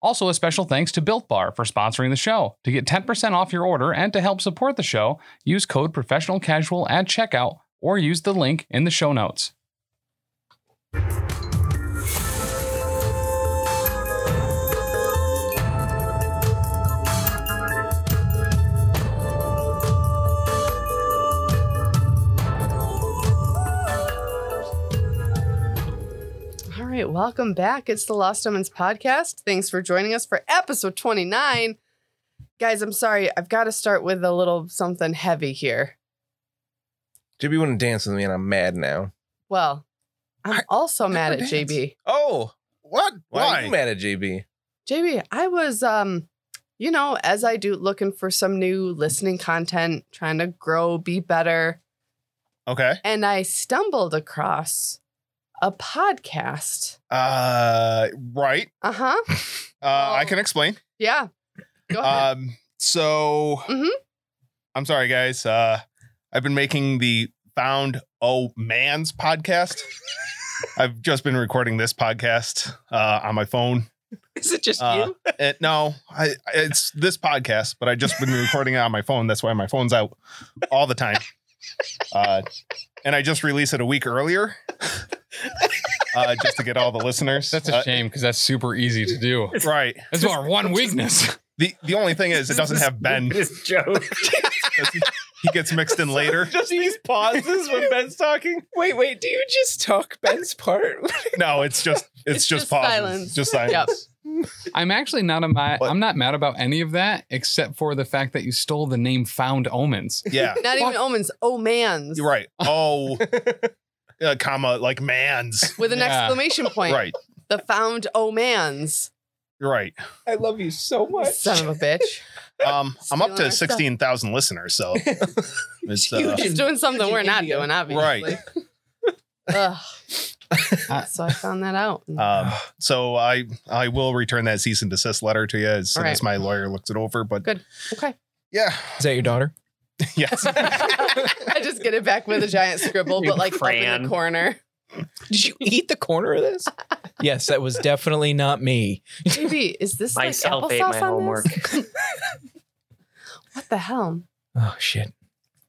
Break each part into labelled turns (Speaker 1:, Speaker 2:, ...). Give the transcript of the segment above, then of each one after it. Speaker 1: Also, a special thanks to Built Bar for sponsoring the show. To get 10% off your order and to help support the show, use code professional casual at checkout or use the link in the show notes.
Speaker 2: All right, welcome back. It's the Lost Omens podcast. Thanks for joining us for episode 29. Guys, I'm sorry. I've got to start with a little something heavy here.
Speaker 3: JB wouldn't dance with me, and I'm mad now.
Speaker 2: Well, I'm
Speaker 4: I
Speaker 2: also mad at
Speaker 4: never dance.
Speaker 2: JB.
Speaker 3: Oh,
Speaker 4: What?
Speaker 3: why, are you mad at JB?
Speaker 2: JB, I was um, you know, as I do looking for some new listening content, trying to grow, be better,
Speaker 4: Okay.
Speaker 2: and I stumbled across a podcast.
Speaker 4: Uh, right.
Speaker 2: Uh-huh.
Speaker 4: Uh, I can explain.
Speaker 2: Yeah. Go ahead.
Speaker 4: Um, so
Speaker 2: Mhm.
Speaker 4: I'm sorry, guys. Uh, I've been making the Found Oh Man's podcast. I've just been recording this podcast uh, on my phone.
Speaker 5: Is it just
Speaker 4: Uh, it- no, I, it's this podcast, but I just been recording it on my phone. That's why my phone's out all the time. Uh, and I just released it a week earlier, uh, just to get all the listeners.
Speaker 1: That's a
Speaker 4: Uh,
Speaker 1: shame because that's super easy to do.
Speaker 4: right.
Speaker 1: That's our one weakness.
Speaker 4: The the only thing is, it doesn't have Ben.
Speaker 3: This joke.
Speaker 4: He gets mixed in later.
Speaker 3: Just these pauses when Ben's talking.
Speaker 5: Wait, wait, do you just talk Ben's part?
Speaker 4: No, it's just it's,
Speaker 2: It's
Speaker 4: just,
Speaker 2: just
Speaker 4: pauses.
Speaker 2: silence.
Speaker 4: It's Just silence.
Speaker 2: Yep.
Speaker 1: I'm actually not a mad.
Speaker 4: What?
Speaker 1: I'm not mad about any of that except for the fact that you stole the name Found Omens.
Speaker 4: Yeah,
Speaker 2: Not even omens, oh mans.
Speaker 4: you're right. Oh, uh, comma like man's.
Speaker 2: With an
Speaker 1: Yeah.
Speaker 2: exclamation point.
Speaker 4: Right,
Speaker 2: The found oh mans.
Speaker 4: you're right.
Speaker 5: I love you so much.
Speaker 2: Son of a bitch.
Speaker 4: Um, I'm up
Speaker 2: Stealing our
Speaker 4: to
Speaker 2: stuff.
Speaker 4: sixteen thousand listeners, so it's uh,
Speaker 5: Huge.
Speaker 2: She's doing something
Speaker 5: Imagine
Speaker 2: we're not
Speaker 5: India.
Speaker 2: doing, obviously.
Speaker 4: Right.
Speaker 2: Ugh. so I found that out.
Speaker 4: Um, so I I will return that cease and desist letter to you as soon
Speaker 2: All
Speaker 4: as my lawyer looks it over. But
Speaker 2: Good. Okay.
Speaker 4: yeah,
Speaker 5: Is that your daughter?
Speaker 4: yes,
Speaker 2: I just get it back with a giant scribble, but like up in
Speaker 5: Crayon.
Speaker 2: the corner.
Speaker 5: Did you eat the corner of this? yes, that was definitely not me.
Speaker 2: JB, is this like
Speaker 6: Myself ate
Speaker 2: applesauce
Speaker 6: my
Speaker 2: on
Speaker 6: homework.
Speaker 2: this? what the hell?
Speaker 5: Oh, shit.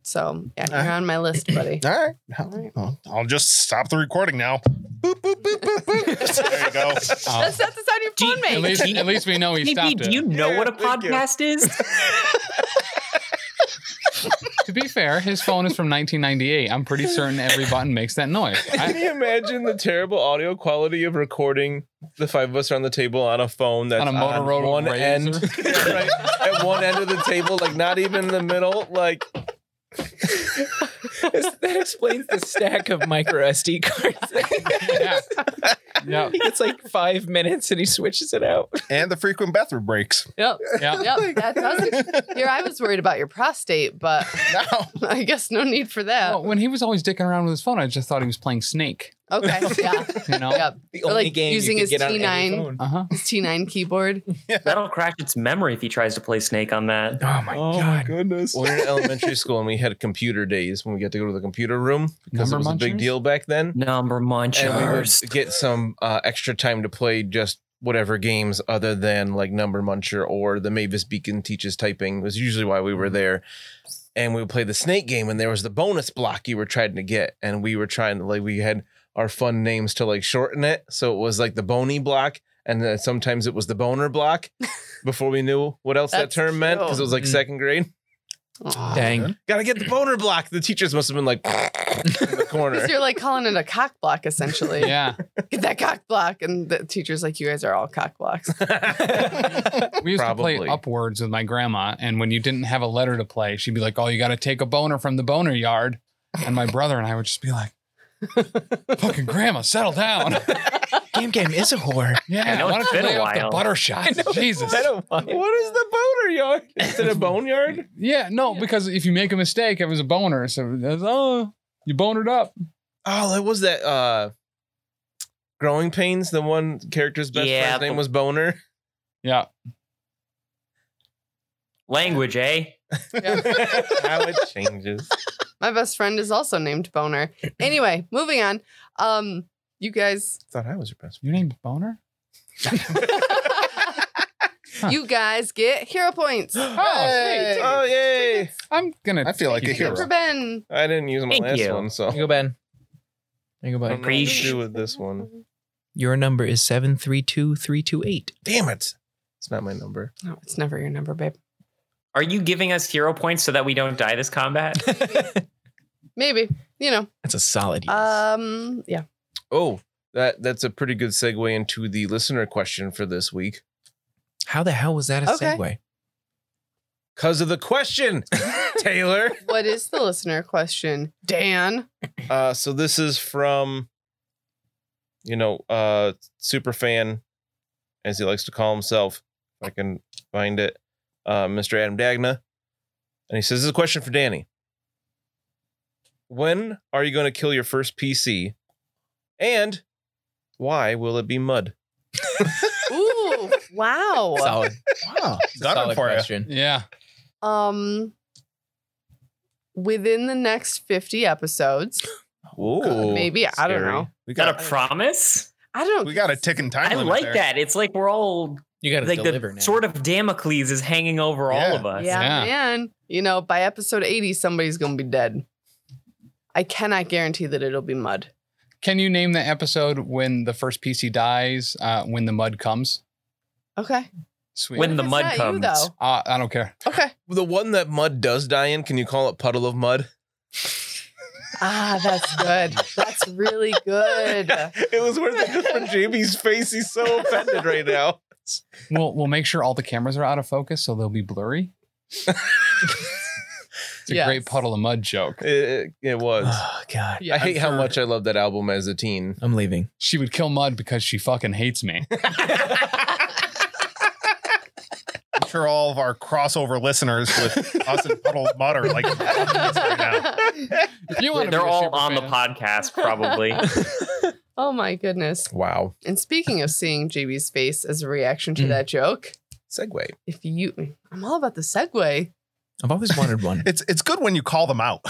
Speaker 2: So yeah, you're on my list, buddy.
Speaker 4: all right.
Speaker 2: right.
Speaker 4: I'll- I'll just stop the recording now. Boop, boop, boop, boop, boop. There you go.
Speaker 1: Oh.
Speaker 2: That's not the sound your
Speaker 6: Do you-
Speaker 2: phone
Speaker 1: At
Speaker 2: makes.
Speaker 1: least, at least we know he
Speaker 6: Maybe,
Speaker 1: stopped
Speaker 6: do
Speaker 1: it.
Speaker 6: you know
Speaker 4: Yeah,
Speaker 6: what a
Speaker 4: thank you.
Speaker 6: podcast is?
Speaker 1: to be fair, his phone is from 1998. I'm pretty certain every button makes that noise.
Speaker 3: Can
Speaker 1: I,
Speaker 3: you imagine the terrible audio quality of recording the five of us around the table on a phone that's
Speaker 1: on a Motorola
Speaker 3: one
Speaker 1: Razr.
Speaker 3: end, right, at one end of the table, like not even the middle, like
Speaker 5: that explains the stack of micro SD cards.
Speaker 1: Yeah. yeah.
Speaker 5: He gets like five minutes and he switches it out.
Speaker 4: And the frequent bathroom breaks.
Speaker 2: Yep.
Speaker 1: Yeah.
Speaker 2: Yep. That does it. Here I was worried about your prostate, but
Speaker 4: Now,
Speaker 2: I guess no need for that.
Speaker 1: Well, when he was always dicking around with his phone, I just thought he was playing Snake.
Speaker 2: Okay. Yeah.
Speaker 1: You know.
Speaker 2: Yep.
Speaker 5: The
Speaker 2: Or, like, using his T9.
Speaker 1: Uh huh.
Speaker 2: His T9 keyboard.
Speaker 6: That'll crash its memory if he tries to play Snake on that.
Speaker 5: Oh my
Speaker 4: oh my
Speaker 5: god.
Speaker 4: goodness.
Speaker 3: We're in elementary school and we had computer days when we got to go to the computer room because
Speaker 1: Number
Speaker 3: it was a big
Speaker 1: munchers?
Speaker 3: deal back then.
Speaker 6: Number
Speaker 3: and we would
Speaker 6: munchers.
Speaker 3: get some uh, extra time to play just whatever games other than like Number Muncher or the Mavis Beacon teaches typing was usually why we were there. And we would play the snake game, and there was the bonus block you were trying to get, and we were trying to like we had our fun names to like shorten it, so it was like the bony block, and then sometimes it was the boner block. Before we knew what else that
Speaker 2: That's
Speaker 3: term meant,
Speaker 2: cute.
Speaker 3: because it was like
Speaker 5: Mm.
Speaker 3: second grade.
Speaker 2: Aw.
Speaker 5: Dang.
Speaker 3: Gotta get the boner block. The teachers must have been like in the corner.
Speaker 2: Because you're like calling it a cock block, essentially.
Speaker 1: Yeah.
Speaker 2: Get that cock block. And the teacher's like, you guys are all cock blocks.
Speaker 1: We used to play
Speaker 3: Probably.
Speaker 1: upwards with my grandma, and when you didn't have a letter to play, she'd be like, "Oh, you got to take a boner from the boner yard," and my brother and I would just be like, "Fucking grandma, settle down."
Speaker 5: Game Game is a whore.
Speaker 1: Yeah,
Speaker 6: I know,
Speaker 1: why
Speaker 6: it's
Speaker 1: don't you
Speaker 6: been a
Speaker 1: lay off the
Speaker 6: while.
Speaker 1: butter shot? Jesus.
Speaker 3: I don't- what is the boner yard? Is it a boneyard?
Speaker 1: Yeah, no, because if you make a mistake, it was a boner. So, it was, oh, you bonered up.
Speaker 3: Oh, that was that uh Growing Pains, the one character's best
Speaker 6: Yeah,
Speaker 3: friend's name
Speaker 6: but-
Speaker 3: was Boner.
Speaker 1: Yeah.
Speaker 6: Language, eh?
Speaker 3: How it changes.
Speaker 2: My best friend is also named Boner. Anyway, moving on. Um, you guys,
Speaker 3: Thought I was your best
Speaker 1: Your name's Boner?
Speaker 2: you guys get hero points.
Speaker 1: Oh, sweet.
Speaker 3: friend. Oh yay!
Speaker 1: I'm going to.
Speaker 4: I feel like a
Speaker 2: Except
Speaker 4: hero.
Speaker 2: for Ben.
Speaker 3: I didn't use my
Speaker 6: Thank
Speaker 3: last
Speaker 6: you.
Speaker 3: one, so
Speaker 5: There you go, Ben. There you go,
Speaker 3: I don't
Speaker 5: bud.
Speaker 3: know what
Speaker 6: Preach.
Speaker 3: to do with this one.
Speaker 5: Your number is 732328.
Speaker 3: Damn it! It's not my number.
Speaker 2: No, it's never your number, babe.
Speaker 6: Are you giving us hero points so that we don't die this combat?
Speaker 2: Maybe. You know.
Speaker 5: That's a solid yes.
Speaker 2: Um, yeah.
Speaker 3: Oh, that that's a pretty good segue into the listener question for this week.
Speaker 5: How the hell was that a
Speaker 2: okay.
Speaker 5: segue?
Speaker 3: Cause of the question, Taylor.
Speaker 2: What is the listener question? Dan.
Speaker 3: Uh, so this is from, you know, uh, super fan, as he likes to call himself. If I can find it, uh, Mr. Adam Dagna, and he says this is a question for Danny. When are you going to kill your first PC, and why will it be mud?
Speaker 2: Ooh, wow.
Speaker 5: Solid.
Speaker 4: Wow.
Speaker 5: It's a
Speaker 4: Got
Speaker 5: solid
Speaker 4: it for you.
Speaker 5: question.
Speaker 1: Yeah.
Speaker 2: Um within the next 50 episodes.
Speaker 3: Ooh,
Speaker 2: Maybe, I don't know.
Speaker 3: We
Speaker 6: Got
Speaker 3: got
Speaker 6: a promise?
Speaker 2: I don't
Speaker 4: We got a ticking time
Speaker 6: I
Speaker 4: limit
Speaker 6: like
Speaker 4: there.
Speaker 6: that. It's like we're all
Speaker 5: You got to
Speaker 6: like
Speaker 5: deliver
Speaker 6: the
Speaker 5: now.
Speaker 6: sort of Damocles is hanging over all
Speaker 4: Yeah.
Speaker 6: of us.
Speaker 2: Yeah,
Speaker 1: Yeah.
Speaker 2: man. You know, by episode 80 somebody's going to be dead. I cannot guarantee that it'll be mud.
Speaker 1: Can you name the episode when the first PC dies, uh, when the mud comes?
Speaker 2: Okay.
Speaker 1: Sweet.
Speaker 6: When the
Speaker 2: It's
Speaker 6: mud
Speaker 2: not you,
Speaker 6: comes.
Speaker 2: though.
Speaker 1: uh, I don't care.
Speaker 2: Okay.
Speaker 3: the one that mud does die in. Can you call it puddle of mud?
Speaker 2: Ah, that's good. That's really good.
Speaker 3: it was worth it just from JB's face. He's so offended right now.
Speaker 1: We'll, we'll make sure all the cameras are out of focus so they'll be blurry. It's a
Speaker 2: Yes.
Speaker 1: great puddle of mud joke.
Speaker 3: It, it was.
Speaker 5: Oh, God.
Speaker 2: Yeah.
Speaker 3: I hate how much I loved that album as a teen.
Speaker 5: I'm leaving.
Speaker 1: She would kill mud because she fucking hates me.
Speaker 4: I'm sure all of our crossover listeners with us and Puddle of Mud are like,
Speaker 1: If you wanna
Speaker 6: They're
Speaker 1: be a
Speaker 6: all
Speaker 1: super
Speaker 6: on the
Speaker 1: fan-
Speaker 6: podcast, probably.
Speaker 2: oh my goodness.
Speaker 3: Wow.
Speaker 2: And speaking of seeing JB's face as a reaction to
Speaker 5: Mm.
Speaker 2: that joke,
Speaker 3: Segway.
Speaker 2: if you I'm all about the segue.
Speaker 5: I've always wanted one.
Speaker 4: it's it's good when you call them out.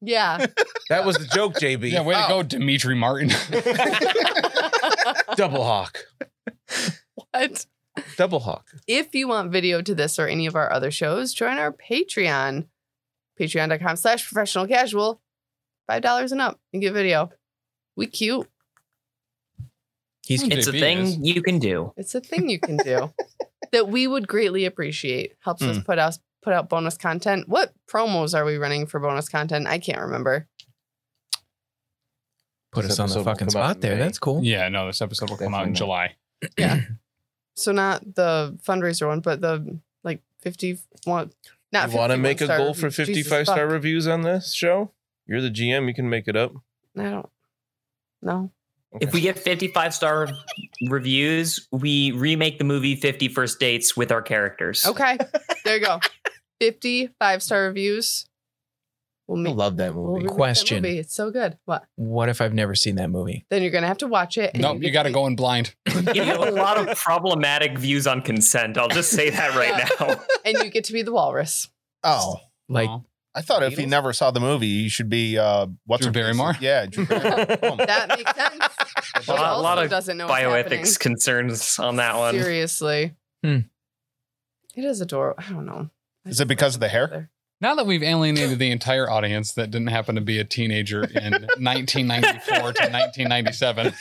Speaker 2: Yeah.
Speaker 3: That was the joke, JB.
Speaker 1: Yeah, way to go, Dimitri Martin.
Speaker 3: Double hawk.
Speaker 2: what?
Speaker 3: Double hawk.
Speaker 2: If you want video to this or any of our other shows, join our Patreon. Patreon.com slash professional casual. Five dollars and up. You get video. We cute.
Speaker 5: He's
Speaker 1: It's
Speaker 6: it's a
Speaker 1: JP
Speaker 6: thing
Speaker 1: is.
Speaker 6: you can do.
Speaker 2: It's a thing you can do that we would greatly appreciate. Helps
Speaker 3: Mm.
Speaker 2: us put us put out bonus content. What promos are we running for bonus content? I can't remember.
Speaker 5: put
Speaker 3: This
Speaker 5: us on the
Speaker 3: episode will
Speaker 5: fucking
Speaker 3: come out
Speaker 5: spot
Speaker 3: in
Speaker 5: there.
Speaker 3: May.
Speaker 5: That's cool.
Speaker 1: yeah, no, this episode will come out in
Speaker 3: Definitely
Speaker 1: July.
Speaker 2: So not the fundraiser one, but the like fifty one. Not
Speaker 3: you want to
Speaker 2: 51
Speaker 3: make a
Speaker 2: star
Speaker 3: goal for
Speaker 2: review. Jesus
Speaker 3: 55 star
Speaker 2: fuck.
Speaker 3: reviews on this show? You're the GM. You can make it up.
Speaker 2: I don't. No.
Speaker 6: If we get 55 star rev- reviews, we remake the movie 50 First Dates with our characters.
Speaker 2: Okay. there you go. Fifty five star reviews. We'll make.
Speaker 3: love that
Speaker 2: We'll remake that
Speaker 5: Question.
Speaker 2: movie. It's so good. What?
Speaker 5: What if I've never seen that movie?
Speaker 2: Then you're gonna have to watch it. and
Speaker 1: Nope, you
Speaker 2: get
Speaker 1: got to
Speaker 2: to-
Speaker 1: go in blind.
Speaker 6: You have a lot of problematic views on consent. I'll just say that right now.
Speaker 2: And you get to be the walrus.
Speaker 4: Oh,
Speaker 5: Like,
Speaker 1: Aw.
Speaker 4: I thought if you never saw the movie, you should be uh, what's
Speaker 1: Drew
Speaker 4: her face?
Speaker 1: Barrymore?
Speaker 4: Yeah, Drew Barrymore. Boom.
Speaker 2: That makes sense. She
Speaker 6: A lot, a lot
Speaker 2: also
Speaker 6: of
Speaker 2: doesn't know what's happening.
Speaker 6: bioethics concerns on that one.
Speaker 2: Seriously.
Speaker 5: Hmm.
Speaker 2: It is adorable. I don't know. I
Speaker 4: Is
Speaker 2: just
Speaker 4: it because of the
Speaker 2: love
Speaker 4: hair?
Speaker 2: there.
Speaker 1: Now that we've alienated the entire audience that didn't happen to be a teenager in 1994 to 1997.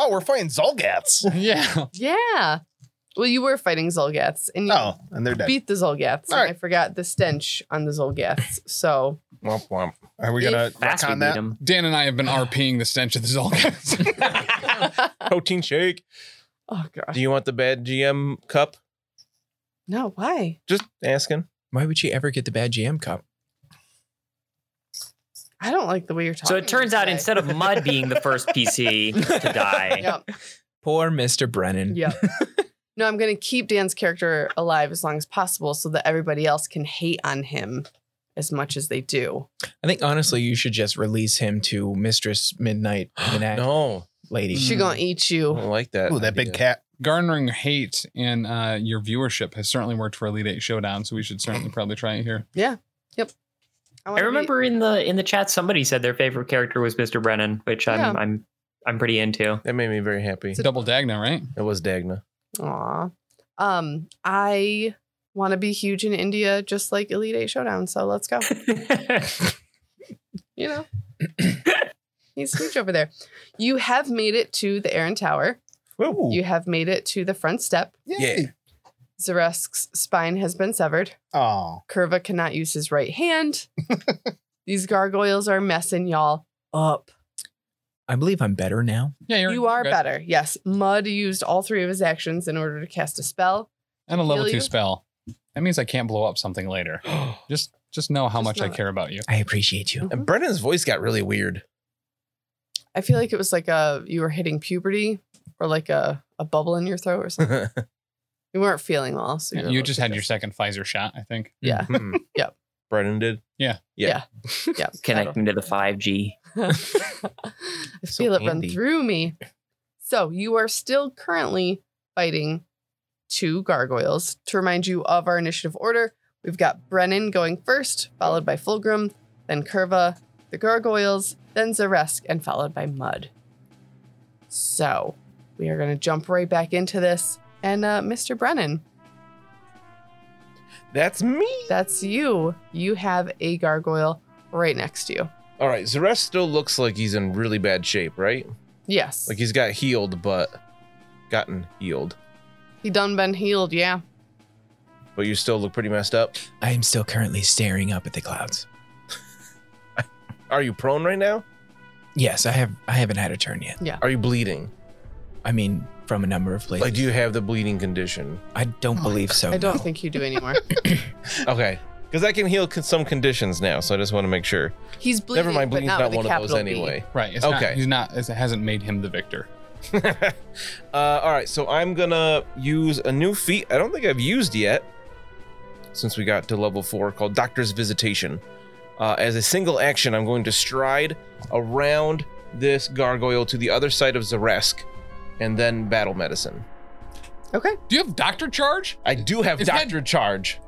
Speaker 4: Oh, we're fighting Zolgats.
Speaker 1: Yeah.
Speaker 2: yeah. Well, you were fighting Zolgaths and you
Speaker 4: Oh, and they're dead.
Speaker 2: beat the Zolgaths.
Speaker 4: All
Speaker 2: And I forgot the stench on the Zolgaths. So
Speaker 3: Womp womp.
Speaker 4: Are we gonna
Speaker 6: Fast we
Speaker 4: on
Speaker 6: beat
Speaker 4: that?
Speaker 6: 'em.
Speaker 1: Dan and I have been RPing the stench of the Zolkins.
Speaker 2: Oh
Speaker 3: Protein shake.
Speaker 2: gosh.
Speaker 3: Do you want the bad GM cup?
Speaker 2: No, why?
Speaker 3: Just asking.
Speaker 5: why would she ever get the bad GM cup?
Speaker 2: I don't like the way you're talking.
Speaker 6: So it turns out instead of Mud being the first PC to die,
Speaker 2: Yep.
Speaker 5: Poor Mr. Brennan.
Speaker 2: Yep. no, I'm going to keep Dan's character alive as long as possible so that everybody else can hate on him as much as they do.
Speaker 5: I think honestly, you should just release him to Mistress Midnight Minac
Speaker 3: no,
Speaker 5: lady.
Speaker 2: She going to eat
Speaker 3: I
Speaker 2: you.
Speaker 3: don't like that.
Speaker 4: Ooh, that big
Speaker 3: idea.
Speaker 4: cat.
Speaker 1: Garnering hate in uh, your viewership has certainly worked for Elite Eight Showdown, so we should certainly probably try it here.
Speaker 6: I
Speaker 2: wanna be-
Speaker 6: remember in the in the chat somebody said their favorite character was Mr. Brennan, which
Speaker 2: Yeah.
Speaker 6: I'm I'm I'm pretty into.
Speaker 3: That made me very happy.
Speaker 2: It's a-
Speaker 1: Double Dagna, right?
Speaker 3: It was Dagna.
Speaker 2: Aw. Um, I want to be huge in India, just like Elite Eight Showdown. So let's go. You know, he's huge over there. You have made it to the Aaron Tower.
Speaker 4: Ooh.
Speaker 2: You have made it to the front step.
Speaker 4: Yay.
Speaker 2: Zaresk's spine has been severed.
Speaker 4: Oh.
Speaker 2: Curva cannot use his right hand. These gargoyles are messing y'all up.
Speaker 5: I believe I'm better now.
Speaker 1: Yeah, you're,
Speaker 2: You are
Speaker 1: good.
Speaker 2: better. Yes. Mud used all three of his actions in order to cast a spell.
Speaker 1: And a level
Speaker 2: Heal
Speaker 1: two
Speaker 2: you.
Speaker 1: spell. That means I can't blow up something later. just just know how
Speaker 2: Just
Speaker 1: much
Speaker 2: know
Speaker 1: I
Speaker 2: that.
Speaker 1: care about you.
Speaker 5: I appreciate you.
Speaker 2: Mm-hmm.
Speaker 3: And Brennan's voice got really weird.
Speaker 2: I feel like it was like a you were hitting puberty or like a, a bubble in your throat or something. You weren't feeling well. So
Speaker 1: You just had your second Pfizer shot, I think.
Speaker 2: Yeah. Yep.
Speaker 3: Brennan did.
Speaker 2: Yeah.
Speaker 6: Connect me to the 5G.
Speaker 2: I
Speaker 3: So
Speaker 2: feel it run
Speaker 3: handy.
Speaker 2: through me. So you are still currently fighting two gargoyles. To remind you of our initiative order, we've got Brennan going first, followed by Fulgrim, then Curva, the gargoyles, then Zaresk, and followed by Mud. So we are going to jump right back into this. And uh, Mr. Brennan,
Speaker 3: That's me.
Speaker 2: that's you. You have a gargoyle right next to you.
Speaker 3: All right, Zaresh still looks like he's in really bad shape, right?
Speaker 2: Yes.
Speaker 3: Like he's got healed, but gotten healed.
Speaker 2: he done been healed, yeah.
Speaker 3: But you still look pretty messed up.
Speaker 5: I am still currently staring up at the clouds.
Speaker 3: Are you prone right now?
Speaker 5: Yes, I have. I haven't had a turn yet.
Speaker 3: Are you bleeding?
Speaker 5: I mean, from a number of places.
Speaker 3: Like, do you have the bleeding condition?
Speaker 5: I don't believe so.
Speaker 2: Oh, I don't
Speaker 3: Oh.
Speaker 5: no.
Speaker 2: think you do anymore.
Speaker 3: Okay. Because I can heal con- some conditions now, so I just want to make sure.
Speaker 2: He's bleeding.
Speaker 3: Never mind,
Speaker 2: but
Speaker 3: bleeding's
Speaker 2: not,
Speaker 3: not,
Speaker 2: with a
Speaker 3: one of those
Speaker 2: capital B.
Speaker 3: anyway.
Speaker 1: Right. It's
Speaker 3: Okay.
Speaker 1: Not, he's not. It hasn't made him the victor.
Speaker 3: uh, all right, so I'm gonna use a new feat. I don't think I've used yet since we got to level four, called Doctor's Visitation. Uh, as a single action, I'm going to stride around this gargoyle to the other side of Zaresk, and then battle medicine.
Speaker 2: Okay.
Speaker 1: Do you have doctor charge?
Speaker 3: I do have
Speaker 1: Is that-
Speaker 3: Doctor Charge,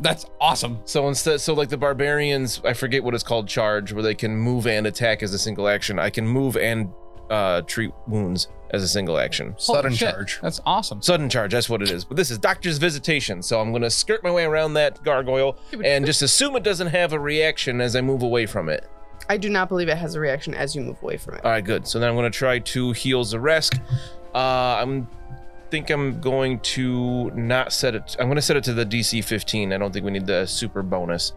Speaker 1: That's awesome.
Speaker 3: so instead, so like the barbarians, I forget what it's called, Charge, where they can move and attack as a single action. I can move and uh, treat wounds as a single action.
Speaker 1: Holy
Speaker 4: Sudden
Speaker 1: shit,
Speaker 4: charge.
Speaker 1: That's awesome.
Speaker 3: Sudden charge, that's what it is. But this is Doctor's Visitation, so I'm gonna skirt my way around that gargoyle and just assume it doesn't have a reaction as I move away from it.
Speaker 2: I do not believe it has a reaction as you move away from it.
Speaker 3: All right, good. So then I'm gonna try to heal Zaresk. Uh, I'm think I'm going to not set it. I'm gonna set it to the DC 15. I don't think we need the super bonus.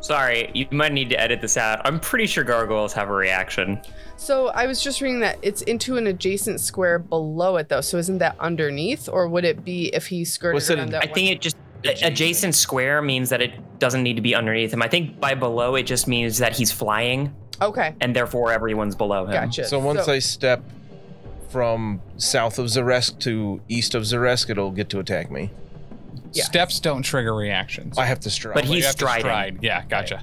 Speaker 6: Sorry, you might need to edit this out. I'm pretty sure gargoyles have a reaction.
Speaker 2: So I was just reading that it's into an adjacent square below it, though. So isn't that underneath, or would it be if he skirted
Speaker 3: What's it-
Speaker 2: around that
Speaker 6: I
Speaker 2: one?
Speaker 6: think it just adjacent square means that it doesn't need to be underneath him. I think by below it just means that he's flying
Speaker 2: okay.
Speaker 6: and therefore everyone's below him.
Speaker 2: Gotcha.
Speaker 3: So once I step from south of Zaresk to east of Zaresk, it'll get to attack me.
Speaker 2: yeah.
Speaker 1: Steps don't trigger reactions.
Speaker 3: I have to stride.
Speaker 6: But
Speaker 1: You
Speaker 6: he's
Speaker 1: have to
Speaker 6: striding.
Speaker 1: stride. Yeah, gotcha.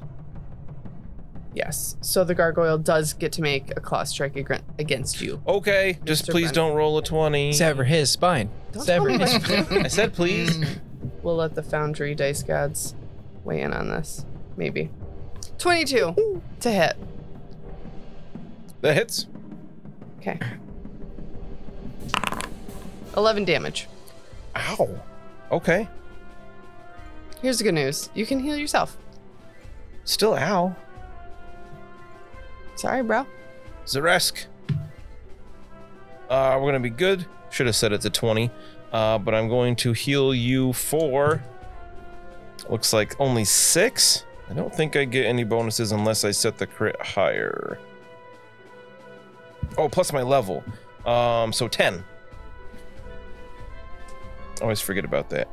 Speaker 2: yes. So the gargoyle does get to make a claw strike agr- against you.
Speaker 3: okay, just
Speaker 2: Mr.
Speaker 3: please
Speaker 2: Brennan.
Speaker 3: don't roll a 20.
Speaker 5: Sever his spine.
Speaker 2: Don't tell
Speaker 5: Sever
Speaker 2: me
Speaker 5: his.
Speaker 2: what to do.
Speaker 3: I said please.
Speaker 2: We'll let the Foundry Dice Gods weigh in on this. Maybe. 22 to hit.
Speaker 3: That hits.
Speaker 2: Okay. 11 damage.
Speaker 3: Ow. Okay.
Speaker 2: Here's the good news you can heal yourself.
Speaker 3: Still ow.
Speaker 2: Sorry, bro.
Speaker 3: Zaresk. Uh, we're gonna be good. Should have set it to 20. Uh, but I'm going to heal you for looks like only six. I don't think I get any bonuses unless I set the crit higher. Oh, plus my level. Um, so 10. Always forget about that.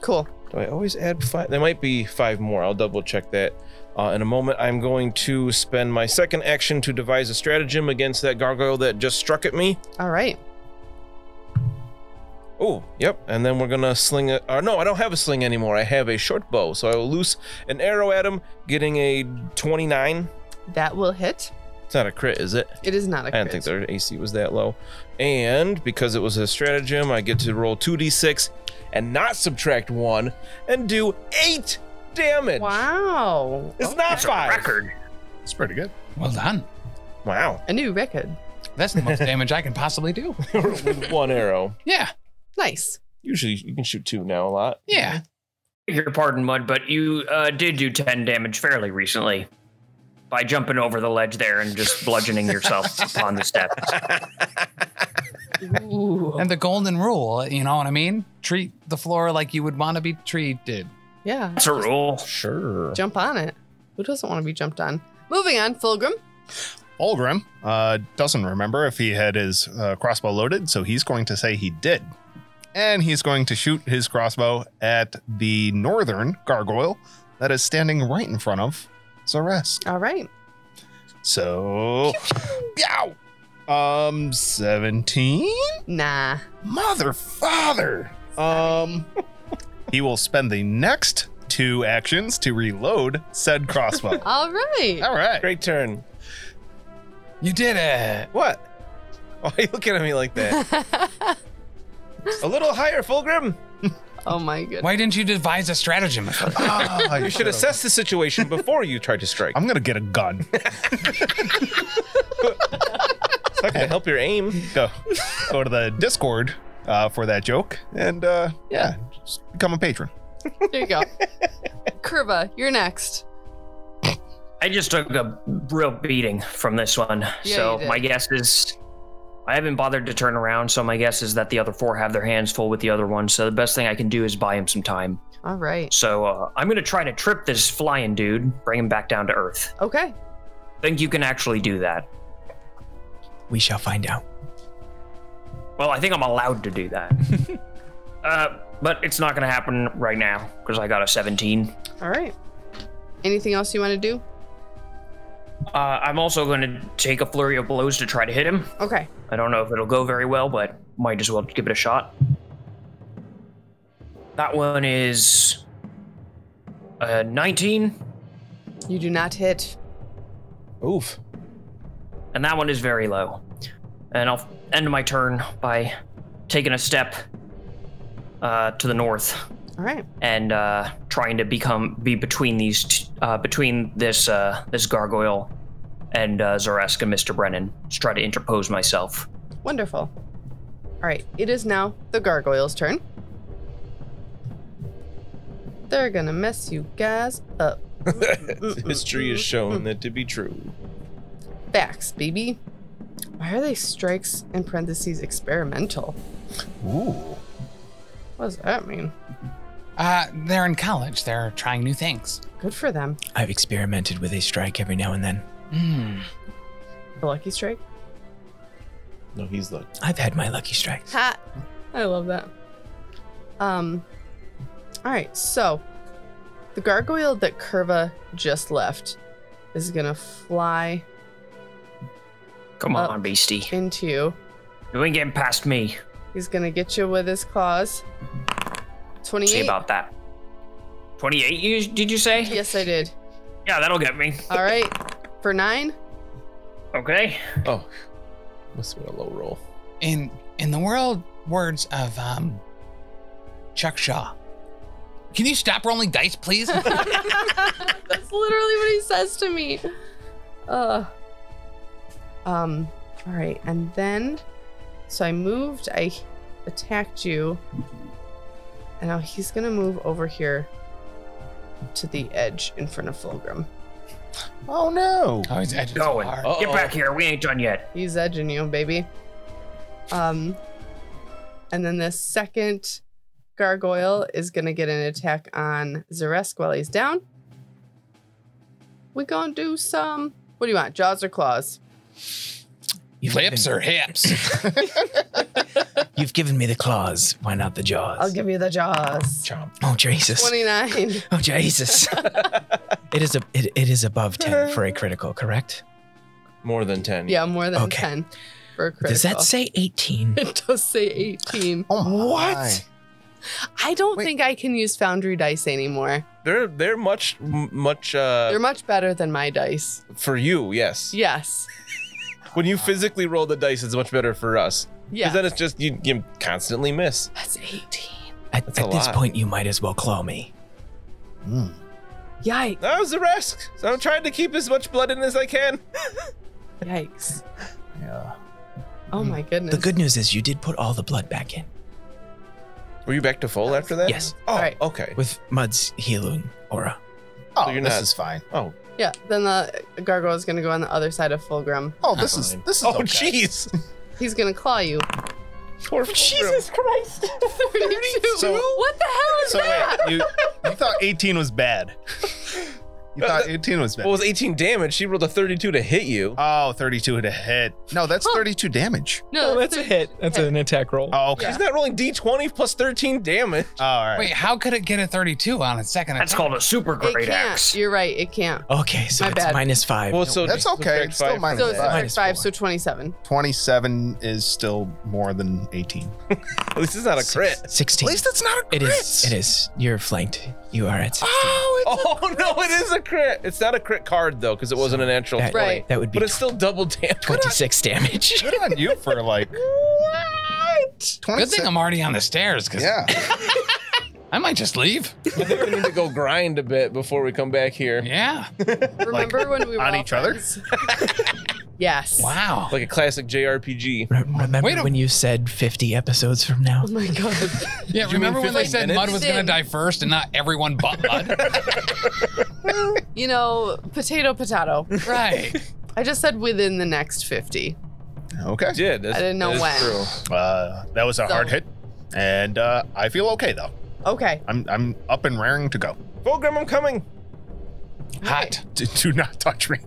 Speaker 2: Cool.
Speaker 3: Do I always add five? There might be five more. I'll double check that uh, in a moment. I'm going to spend my second action to devise a stratagem against that gargoyle that just struck at me.
Speaker 2: All right.
Speaker 3: Oh, yep. And then we're gonna sling a. Or no, I don't have a sling anymore. I have a short bow, so I will loose an arrow at him, getting a 29.
Speaker 2: That will hit.
Speaker 3: It's not a crit, is it?
Speaker 2: It is not a
Speaker 3: I
Speaker 2: crit.
Speaker 3: didn't think their AC was that low. And because it was a stratagem, I get to roll 2d6 and not subtract one and do eight damage.
Speaker 2: Wow.
Speaker 3: It's not
Speaker 6: That's a
Speaker 3: five.
Speaker 6: record.
Speaker 4: It's pretty good.
Speaker 1: Well done.
Speaker 3: Wow.
Speaker 2: A new record.
Speaker 1: That's the most damage I can possibly do.
Speaker 3: With one arrow.
Speaker 1: Yeah.
Speaker 2: Nice.
Speaker 3: Usually you can shoot two now a lot.
Speaker 1: Yeah.
Speaker 6: Your pardon, Mud, but you uh, did do 10 damage fairly recently by jumping over the ledge there and just bludgeoning yourself upon the steps.
Speaker 2: Ooh.
Speaker 1: And the golden rule, you know what I mean? Treat the floor like you would want to be treated.
Speaker 2: Yeah.
Speaker 6: That's a rule.
Speaker 3: Sure.
Speaker 2: Jump on it. Who doesn't want to be jumped on? Moving on, Fulgrim.
Speaker 4: Olgrim uh, doesn't remember if he had his uh, crossbow loaded, so he's going to say he did. And he's going to shoot his crossbow at the northern gargoyle that is standing right in front of Zaresk.
Speaker 2: All right.
Speaker 4: So, Yow! Um, 17?
Speaker 2: Nah.
Speaker 4: Mother father! Um, he will spend the next two actions to reload said crossbow.
Speaker 2: All right.
Speaker 4: All right.
Speaker 3: Great turn.
Speaker 1: You did it.
Speaker 3: What? Why are you looking at me like that? a little higher, Fulgrim.
Speaker 2: oh my goodness.
Speaker 1: Why didn't you devise a stratagem? at first?
Speaker 4: Ah,
Speaker 3: You should assess the situation before you try to strike.
Speaker 4: I'm gonna get a gun.
Speaker 3: It's not gonna help your aim.
Speaker 4: go go to the Discord uh, for that joke, and uh, yeah, just become a patron.
Speaker 2: There you go. Curva, you're next.
Speaker 6: I just took a real beating from this one.
Speaker 2: Yeah, you
Speaker 6: so
Speaker 2: did.
Speaker 6: my guess is I haven't bothered to turn around, so my guess is that the other four have their hands full with the other one. So the best thing I can do is buy him some time.
Speaker 2: All right.
Speaker 6: So uh, I'm going to try to trip this flying dude, bring him back down to earth.
Speaker 2: Okay.
Speaker 6: Think you can actually do that?
Speaker 5: We shall find out.
Speaker 6: Well, I think I'm allowed to do that. uh, but it's not going to happen right now because I got a 17.
Speaker 2: All right. Anything else you want to do?
Speaker 6: Uh, I'm also going to take a flurry of blows to try to hit him.
Speaker 2: Okay.
Speaker 6: I don't know if it'll go very well, but might as well give it a shot. That one is uh, 19,
Speaker 2: You do not hit.
Speaker 3: Oof.
Speaker 6: and that one is very low. And I'll end my turn by taking a step uh, to the north
Speaker 2: All right.
Speaker 6: and uh, trying to become be between these t- uh, between this uh, this gargoyle and uh, Zaresk and Mr. Brennan. Just try to interpose myself.
Speaker 2: Wonderful. All right. It is now the gargoyle's turn. They're going to mess you guys up.
Speaker 3: History has shown that to be true.
Speaker 2: Facts, baby. Why are they strikes in parentheses experimental?
Speaker 4: Ooh,
Speaker 2: What does that mean?
Speaker 1: Uh, they're in college. They're trying new things.
Speaker 2: Good for them.
Speaker 5: I've experimented with a strike every now and then.
Speaker 1: Hmm.
Speaker 2: The lucky strike?
Speaker 3: No, he's like
Speaker 5: I've had my lucky strikes.
Speaker 2: Ha! I love that. Um. All right, so the gargoyle that Curva just left is gonna fly
Speaker 6: Come
Speaker 2: Uh,
Speaker 6: on, beastie.
Speaker 2: into you.
Speaker 6: You ain't getting past me.
Speaker 2: He's gonna get you with his claws.
Speaker 6: See
Speaker 2: Twenty-eight.
Speaker 6: about that. 28, you, did you say?
Speaker 2: Yes, I did.
Speaker 6: Yeah, that'll get me.
Speaker 2: All right, for nine.
Speaker 6: Okay.
Speaker 3: Oh. Must have been a low roll.
Speaker 1: In in the world words of um Chuck Shaw. Can you stop rolling dice, please? Oh,
Speaker 2: That's literally what he says to me. Ugh. Um. All right, and then, so I moved. I attacked you, and now he's gonna move over here to the edge in front of Fulgrim.
Speaker 4: oh no!
Speaker 1: oh, his edge is
Speaker 6: Going.
Speaker 1: hard.
Speaker 3: Uh-oh.
Speaker 6: Get back here. We ain't done yet.
Speaker 2: He's edging you, baby. Um. And then the second gargoyle is gonna get an attack on Zaresk while he's down. We gonna do some. What do you want, jaws or claws?
Speaker 5: You've
Speaker 1: Lips
Speaker 5: given-
Speaker 1: or hips?
Speaker 5: You've given me the claws. Why not the jaws?
Speaker 2: I'll give you the jaws.
Speaker 5: Chomp. Oh Jesus!
Speaker 2: 29.
Speaker 5: Oh Jesus! it is a it, it is above ten for a critical, correct?
Speaker 3: More than 10.
Speaker 2: Yeah, more than
Speaker 5: Okay.
Speaker 2: 10 for a critical.
Speaker 5: Does that say eighteen?
Speaker 2: It does say 18.
Speaker 4: Oh my.
Speaker 5: What?
Speaker 2: I don't
Speaker 3: Wait.
Speaker 2: think I can use Foundry dice anymore.
Speaker 3: They're they're much m- much uh
Speaker 2: They're much better than my dice.
Speaker 3: for you, yes.
Speaker 2: Yes.
Speaker 3: When you physically roll the dice, it's much better for us.
Speaker 2: Yeah.
Speaker 3: Because then it's just you, you constantly miss.
Speaker 2: That's 18.
Speaker 5: At,
Speaker 3: That's a
Speaker 5: at this
Speaker 3: lot.
Speaker 5: point, you might as well claw me.
Speaker 4: Mm.
Speaker 2: Yikes.
Speaker 3: That was the risk. So I'm trying to keep as much blood in as I can.
Speaker 2: Yikes.
Speaker 4: Yeah.
Speaker 2: Oh my goodness.
Speaker 5: Mm. The good news is you did put all the blood back in
Speaker 3: Were you back to full after that?
Speaker 5: Yes.
Speaker 3: Oh,
Speaker 2: Alright.
Speaker 3: okay.
Speaker 5: with Mud's healing aura.
Speaker 4: Oh,
Speaker 3: you're
Speaker 4: this
Speaker 3: not-
Speaker 4: is fine.
Speaker 3: Oh,
Speaker 2: Yeah, then the gargoyle is going to go on the other side of Fulgrim.
Speaker 4: Oh, this is
Speaker 3: Fine.
Speaker 4: this is.
Speaker 3: oh,
Speaker 4: okay.
Speaker 3: jeez.
Speaker 2: He's going to claw you.
Speaker 3: Poor Jesus.
Speaker 2: Christ. 32.
Speaker 4: So-
Speaker 2: what the hell is
Speaker 4: So
Speaker 2: that?
Speaker 4: wait, you, you thought 18 was bad. You thought 18 was bad.
Speaker 3: Well, it was 18 damage. She rolled a 32 to hit you.
Speaker 4: Oh, 32 to hit. No, that's 32 damage.
Speaker 2: No, thir- Oh, hit.
Speaker 5: attack roll.
Speaker 4: Oh, okay.
Speaker 2: Yeah.
Speaker 3: She's not rolling d20 plus 13 damage.
Speaker 4: Oh, all right.
Speaker 1: Wait, how could it get a 32 on its second
Speaker 6: That's
Speaker 1: attack?
Speaker 6: called a super
Speaker 2: It
Speaker 6: great
Speaker 2: can't.
Speaker 6: axe.
Speaker 2: You're right. It can't.
Speaker 5: Okay, so
Speaker 2: My
Speaker 5: it's
Speaker 2: bad.
Speaker 5: minus five.
Speaker 3: Oh. Well, so
Speaker 4: That's
Speaker 3: just
Speaker 4: okay.
Speaker 3: subtract
Speaker 4: It's still
Speaker 3: five
Speaker 4: minus
Speaker 2: So it's
Speaker 4: five.
Speaker 2: like
Speaker 5: Minus
Speaker 2: 5,
Speaker 5: four.
Speaker 2: so 27.
Speaker 4: 27 is still more than 18.
Speaker 3: This is not a crit.
Speaker 5: Six- Sixteen.
Speaker 4: it's not a
Speaker 5: it is. It is. You're flanked. You are at. 16.
Speaker 3: Ah,
Speaker 4: Oh,
Speaker 3: Oh no, it is a crit. It's not a crit card though, because it wasn't a natural
Speaker 5: That-
Speaker 3: 20.
Speaker 2: Right.
Speaker 5: That would be
Speaker 3: But it's still double damage.
Speaker 5: twenty-six damage.
Speaker 4: good on you for like.
Speaker 3: What?
Speaker 4: 20
Speaker 1: Good thing I'm already on the stairs because
Speaker 4: Yeah.
Speaker 1: I might just leave.
Speaker 3: I think we need to go grind a bit before we come back here.
Speaker 1: Yeah.
Speaker 2: Remember when we were
Speaker 4: on
Speaker 2: all
Speaker 4: each other?
Speaker 2: friends? yes.
Speaker 1: Wow.
Speaker 3: Like a classic JRPG.
Speaker 5: Re- remember
Speaker 1: Wait a-
Speaker 5: when you said fifty episodes from now?
Speaker 2: Oh my god.
Speaker 1: Yeah,
Speaker 3: you mean
Speaker 1: remember when they
Speaker 3: 15
Speaker 1: said Mud
Speaker 3: minutes?
Speaker 1: was going to die first and not everyone but Mud?
Speaker 2: you know, potato, potato.
Speaker 1: right.
Speaker 2: I just said within the next 50.
Speaker 4: Okay.
Speaker 3: Yeah, that's,
Speaker 2: I didn't know
Speaker 3: that is
Speaker 2: when.
Speaker 3: True.
Speaker 4: Uh, that was a
Speaker 2: So-
Speaker 4: hard hit, and uh, I feel okay though.
Speaker 2: Okay.
Speaker 4: I'm I'm up and raring to go.
Speaker 3: Fulgrim, I'm coming.
Speaker 1: Hot.
Speaker 4: D- do not touch me.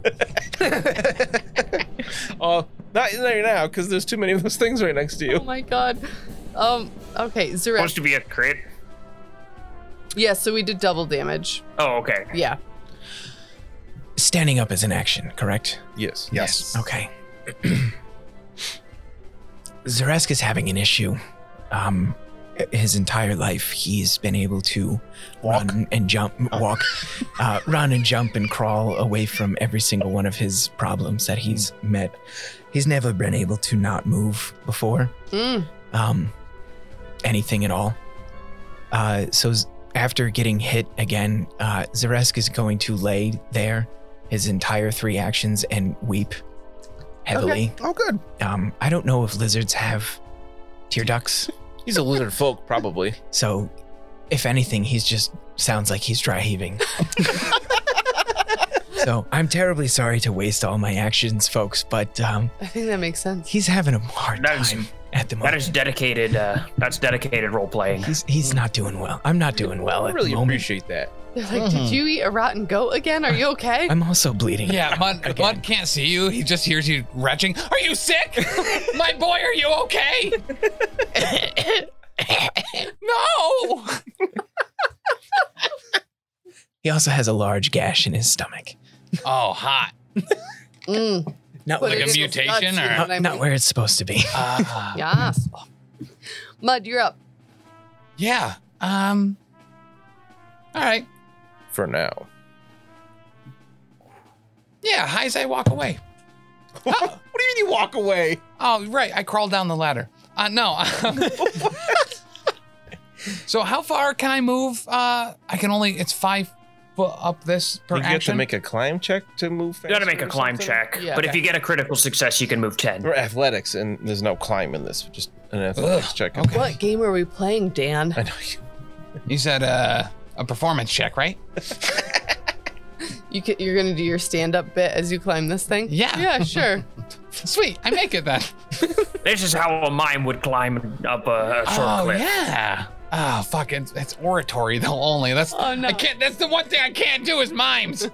Speaker 3: Oh, not there now, because there's too many of those things right next to
Speaker 2: Oh
Speaker 3: you.
Speaker 2: my god. Um, okay, Zurak.
Speaker 6: Supposed to be a crit.
Speaker 2: Yeah, so we did double damage.
Speaker 6: Oh, okay.
Speaker 2: Yeah.
Speaker 5: Standing up is an action, correct?
Speaker 3: Yes.
Speaker 4: Yes.
Speaker 5: Okay. Zaresk is having an issue. Um, his entire life, he's been able to
Speaker 4: Walk.
Speaker 5: run and jump, walk, uh, run and jump and crawl away from every single one of his problems that he's met. He's never been able to not move before
Speaker 2: Mm.
Speaker 5: um, anything at all. Uh, so z- after getting hit again, uh, Zaresk is going to lay there his entire three actions and weep heavily.
Speaker 4: Oh, good.
Speaker 5: Um, I don't know if lizards have tear ducts,
Speaker 3: He's a lizard folk, probably.
Speaker 5: so if anything, he's just sounds like he's dry heaving. so I'm terribly sorry to waste all my actions, folks, but um,
Speaker 2: I think that makes sense.
Speaker 5: he's having a hard
Speaker 6: That is-
Speaker 5: time at the moment.
Speaker 6: That is dedicated. Uh, that's dedicated role playing.
Speaker 5: He's, he's not doing well. I'm not doing well
Speaker 3: I
Speaker 5: at
Speaker 3: really
Speaker 5: the moment.
Speaker 3: appreciate that.
Speaker 2: They're like, did you eat a rotten goat again? Are you okay?
Speaker 5: I'm also bleeding.
Speaker 1: Yeah, Mud,
Speaker 5: Again.
Speaker 1: Mud can't see you. He just hears you retching. Are you sick? My boy, are you okay? no.
Speaker 5: He also has a large gash in his stomach.
Speaker 1: Oh, hot.
Speaker 2: Mm.
Speaker 5: Not
Speaker 2: Put
Speaker 5: where,
Speaker 1: like a
Speaker 2: it in his
Speaker 1: mutation
Speaker 2: guts, you know
Speaker 1: or-
Speaker 2: what
Speaker 5: not,
Speaker 2: I
Speaker 5: not
Speaker 2: mean?
Speaker 5: where it's supposed to be.
Speaker 1: Uh,
Speaker 2: Yeah. Mud, you're up.
Speaker 1: Yeah. Um. All right.
Speaker 3: For now.
Speaker 1: Yeah. High as I walk away.
Speaker 3: what do you mean you walk away?
Speaker 1: Oh, right. I crawled down the ladder. Uh, no. so how far can I move? Uh, I can only. It's five foot up this per
Speaker 3: you get to
Speaker 1: action.
Speaker 3: make a climb check to move faster.
Speaker 6: You gotta make a
Speaker 3: or
Speaker 6: climb
Speaker 3: something?
Speaker 6: check.
Speaker 2: Yeah.
Speaker 6: but if you get a critical success, you can move 10.
Speaker 3: Or athletics, and there's no climb in this. Just an athletics
Speaker 1: Ugh,
Speaker 3: check.
Speaker 1: okay.
Speaker 2: What game are we playing, Dan?
Speaker 3: I know you.
Speaker 1: you said uh, a performance check, right?
Speaker 2: You ca you're gonna do your stand-up bit as you climb this thing.
Speaker 1: Yeah.
Speaker 2: Yeah, sure.
Speaker 1: Sweet. I make it then.
Speaker 6: This is how a mime would climb up a, a short
Speaker 1: oh
Speaker 6: cliff.
Speaker 1: yeah. Oh fuck! It's, it's oratory though only. That's
Speaker 2: Oh, no.
Speaker 1: I can't. That's the one thing I can't do is mimes.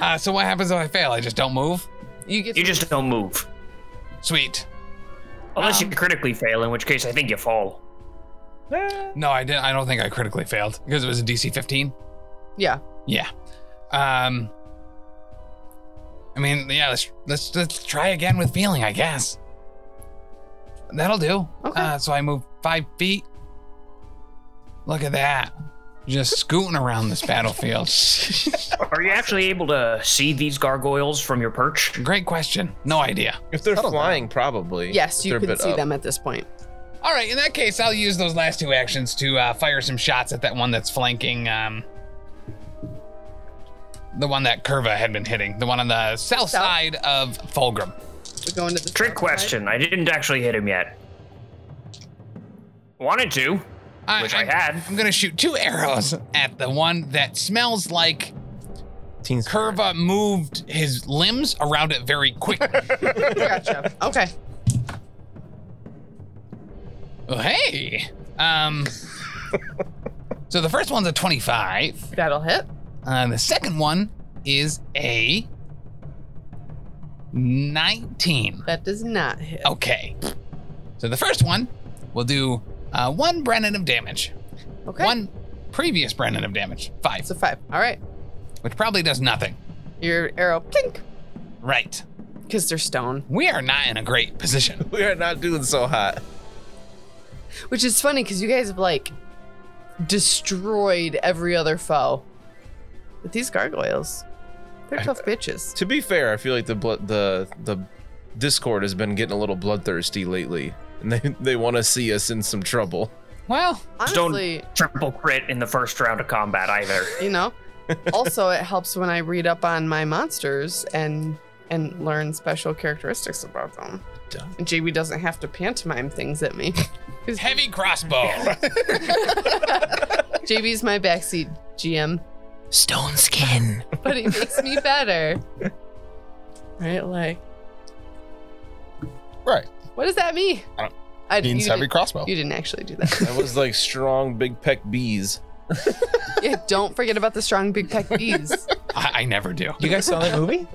Speaker 1: uh, so what happens if I fail? I just don't move.
Speaker 2: You get
Speaker 6: You just don't move.
Speaker 1: Sweet.
Speaker 6: Unless
Speaker 2: Um.
Speaker 6: you critically fail, in which case I think you fall.
Speaker 1: No, I didn't. I don't think I critically failed because it was a DC 15.
Speaker 2: yeah.
Speaker 1: Yeah. Um. I mean, yeah. Let's let's let's try again with feeling, I guess. That'll do.
Speaker 2: Okay.
Speaker 1: Uh, so I move five feet. Look at that. Just scooting around this battlefield.
Speaker 6: Are you actually able to see these gargoyles from your perch?
Speaker 1: Great question. No idea.
Speaker 3: If they're
Speaker 4: Settle down.
Speaker 3: flying, probably.
Speaker 2: Yes,
Speaker 3: If
Speaker 2: you
Speaker 3: they're a
Speaker 2: can
Speaker 3: bit
Speaker 2: see
Speaker 3: up.
Speaker 2: them at this point.
Speaker 1: All right. In that case, I'll use those last two actions to uh, fire some shots at that one that's flanking. Um, the one that Curva had been hitting. The one on the south,
Speaker 2: South.
Speaker 1: side of Fulgrim.
Speaker 2: We're going to the
Speaker 6: Trick question. I didn't actually hit him yet. Wanted to, which I, had.
Speaker 1: I'm gonna shoot two arrows at the one that smells like
Speaker 5: Teen Spirit.
Speaker 1: Curva moved his limbs around it very quickly.
Speaker 2: Gotcha. Okay.
Speaker 1: oh, hey, um, so the first one's a 25.
Speaker 2: That'll hit.
Speaker 1: Uh, the second one is a 19.
Speaker 2: That does not hit.
Speaker 1: Okay, so the first one will do uh, one Brennan of damage,
Speaker 2: Okay.
Speaker 1: one previous Brennan of damage, five,
Speaker 2: It's a five. All right.
Speaker 1: which probably does nothing.
Speaker 2: Your arrow plink
Speaker 1: Right.
Speaker 2: because they're stone,
Speaker 1: We are not in a great position.
Speaker 3: We are not doing so hot.
Speaker 2: which is funny because you guys have like destroyed every other foe. But these gargoyles, they're tough bitches.
Speaker 3: To be fair, I feel like the blo- the the Discord has been getting a little bloodthirsty lately, and they they want to see us in some trouble.
Speaker 1: Well,
Speaker 6: Just don't-
Speaker 2: Honestly,
Speaker 6: Triple crit in the first round of combat either.
Speaker 2: you know. also, it helps when I read up on my monsters and and learn special characteristics about them.
Speaker 3: Duh.
Speaker 2: And JB doesn't have to pantomime things at me.
Speaker 1: heavy crossbow.
Speaker 2: JB's my backseat GM,
Speaker 5: Stone skin.
Speaker 2: but he makes me better. Right? Like,
Speaker 4: Right.
Speaker 2: what does that mean?
Speaker 4: I don't-
Speaker 2: I
Speaker 4: Means
Speaker 2: you
Speaker 4: heavy
Speaker 2: didn't-
Speaker 4: crossbow.
Speaker 2: You didn't actually do that.
Speaker 3: That was like strong big peck bees.
Speaker 2: yeah, don't forget about the strong big peck bees.
Speaker 1: I, I never do.
Speaker 5: You guys saw that movie?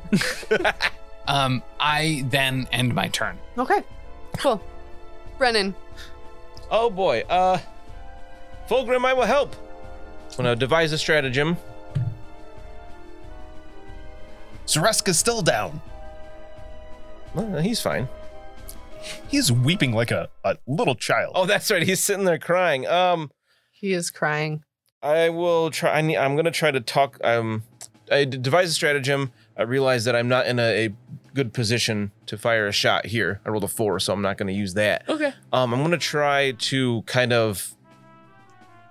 Speaker 1: Um, I then end my turn.
Speaker 2: Okay, cool. Brennan,
Speaker 3: Oh boy. Uh, Fulgrim, I will help. I'm gonna devise a stratagem.
Speaker 4: Zareska's still down.
Speaker 3: Well, he's fine.
Speaker 4: He's weeping like a, a little child.
Speaker 3: Oh, that's right. He's sitting there crying. Um,
Speaker 2: he is crying.
Speaker 3: I will try. I need, I'm gonna try to talk. Um, I d- devise a stratagem. I realize that I'm not in a, a good position to fire a shot here. I rolled a four, so I'm not gonna use that.
Speaker 2: Okay.
Speaker 3: Um, I'm gonna try to kind of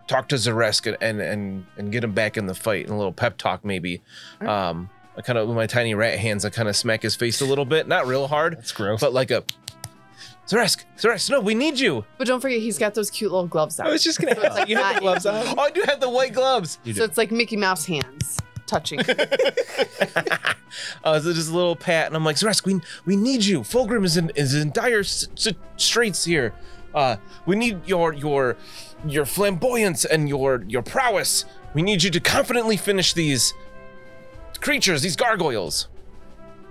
Speaker 3: talk to Zaresk and- and and and get him back in the fight and a little pep talk maybe. Um, I kind of with my tiny rat hands, I kind of smack his face a little bit, not real hard,
Speaker 4: That's gross.
Speaker 3: but like a Zaresk, Zaresk, no, we need you.
Speaker 2: But don't forget, he's got those cute little gloves on.
Speaker 3: I was just gonna
Speaker 2: it's like
Speaker 3: you have the
Speaker 2: not
Speaker 3: gloves on. Oh, I do have the white gloves.
Speaker 2: so it's like Mickey Mouse hands touching.
Speaker 3: uh, so just a little pat, and I'm like, Zaresk, we, we need you. Fulgrim is in is in dire s- s- straits here. Uh, we need your your your flamboyance and your your prowess. We need you to confidently finish these creatures, these gargoyles.